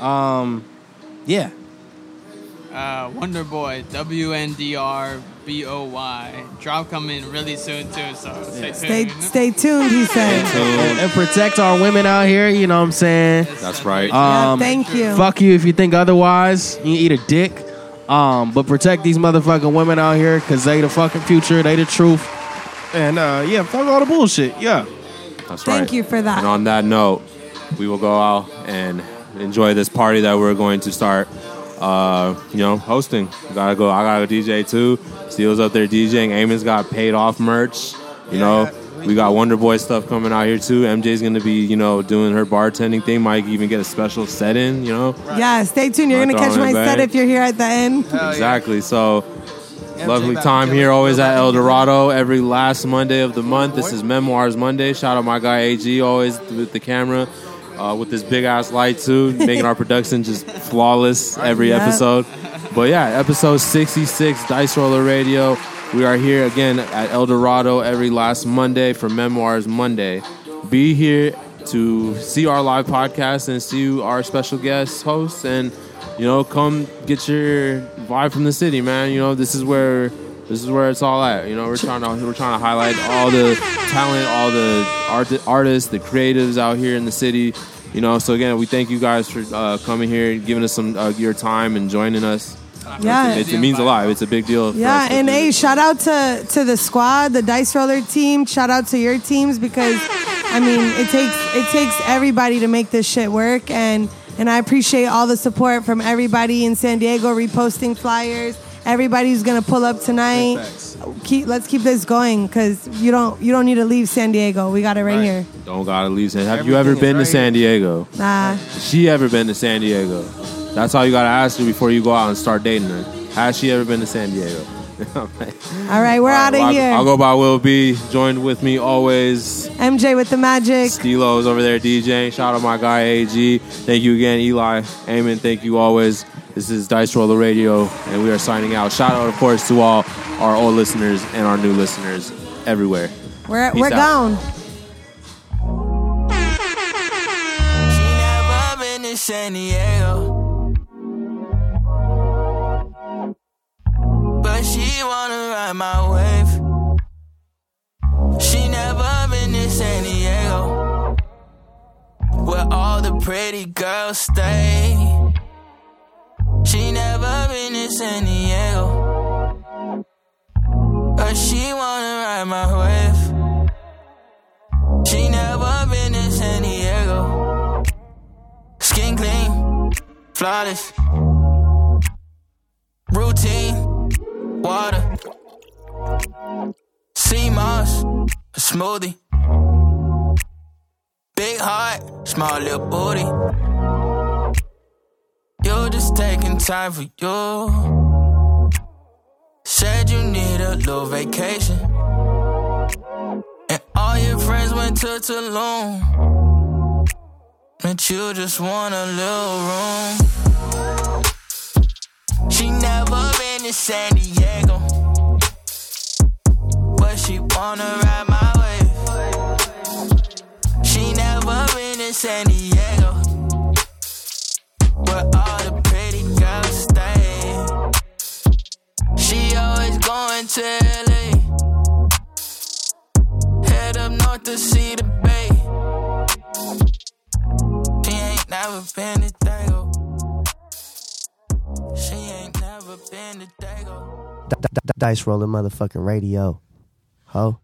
Speaker 2: Um, yeah,
Speaker 6: uh, Wonder Boy, W N D R B O Y. Drop coming really soon too, so stay tuned.
Speaker 4: Stay stay tuned, he said.
Speaker 3: Uh,
Speaker 2: and, and protect our women out here. You know what I'm saying?
Speaker 3: that's right.
Speaker 4: Yeah,
Speaker 2: Um,
Speaker 4: thank you.
Speaker 2: Fuck you if you think otherwise. You eat a dick. Um, but protect these motherfucking women out here because they the fucking future. They the truth. And uh, yeah, fuck all the bullshit. Yeah.
Speaker 3: That's
Speaker 4: Thank
Speaker 3: right.
Speaker 4: you for that.
Speaker 3: And on that note, we will go out and enjoy this party that we're going to start. Uh, you know, hosting. Gotta go. I gotta DJ too. Steel's up there DJing. Eamon's got paid off merch. You know, we got Wonder Boy stuff coming out here too. MJ's gonna be, you know, doing her bartending thing. Might even get a special set in. You know,
Speaker 4: Yeah, stay tuned. You're
Speaker 3: Not
Speaker 4: gonna catch
Speaker 3: throwing
Speaker 4: my
Speaker 3: it
Speaker 4: set
Speaker 3: back.
Speaker 4: if you're here at the end.
Speaker 3: exactly. So
Speaker 2: MJ
Speaker 3: Lovely
Speaker 2: about to
Speaker 3: time
Speaker 2: kill
Speaker 3: here,
Speaker 2: it.
Speaker 3: always
Speaker 2: About
Speaker 3: at
Speaker 2: to
Speaker 3: El Dorado every last Monday of the month. This is Memoirs Monday. Shout out my guy AG, always with the camera, uh, with this big ass light too, making our production just flawless every
Speaker 4: Yeah.
Speaker 3: episode. But yeah, episode 66, Dice Roller Radio. We are here again at El Dorado every last Monday for Memoirs Monday. Be here to see our live podcast and see our special guest hosts and you know come get your vibe from the city man you know this is where this is where it's all at you know we're trying to we're trying to highlight all the talent all the art, artists the creatives out here in the city you know so again we thank you guys for uh, coming here and giving us some uh, your time and joining us
Speaker 4: Yeah.
Speaker 3: it, it means a lot it's a big deal for
Speaker 4: Yeah,
Speaker 3: us to
Speaker 4: and
Speaker 3: do.
Speaker 4: hey, shout out to to the squad, the Dice Roller team. Shout out to your teams because, I mean, it takes it takes everybody to make this shit work, and and I appreciate all the support from everybody in San Diego reposting flyers. Everybody who's gonna pull up tonight.
Speaker 2: Facts.
Speaker 4: Keep, let's keep this going because you don't you don't need to leave San Diego. We got it right,
Speaker 2: Right.
Speaker 4: here.
Speaker 3: don't gotta leave san have you ever
Speaker 2: Everything is
Speaker 3: been to
Speaker 2: right
Speaker 3: san diego
Speaker 4: Nah,
Speaker 3: she ever been to san diego that's all you gotta ask her before you go out and start dating her has she ever been to san diego
Speaker 4: All right, we're out of
Speaker 3: Well, I-
Speaker 4: here.
Speaker 3: I'll go by Will B. Joined with me always,
Speaker 4: MJ with the magic.
Speaker 3: Stilo's over there DJing. Shout out my guy AG. Thank you again, Eli. Amen. Thank you always. This is Dice Roller Radio, and we are signing out. Shout out, of course, to all our old listeners and our new listeners everywhere.
Speaker 4: We're,
Speaker 3: Peace
Speaker 4: we're
Speaker 3: out.
Speaker 4: gone.
Speaker 6: She never been to San Diego. But she wanna ride my wave. She never been to San Diego. Where all the pretty girls stay. She never been to San Diego. But she wanna ride my wave. She never been to San Diego. Skin clean, flawless. Routine, water. Sea moss, a smoothie. Big heart, small little booty. You're just taking time for you. Said you need a little vacation. And all your friends went to Tulum. And you just want a little room. She never been to San Diego. But she wanna ride my wave. She never been to San Diego. Where all the pretty girls stay. She always going to LA. Head up north to see the bay. She ain't never been to Dago. She ain't never been to Dago.
Speaker 7: D- d- d- dice rolling motherfucking radio. Ho.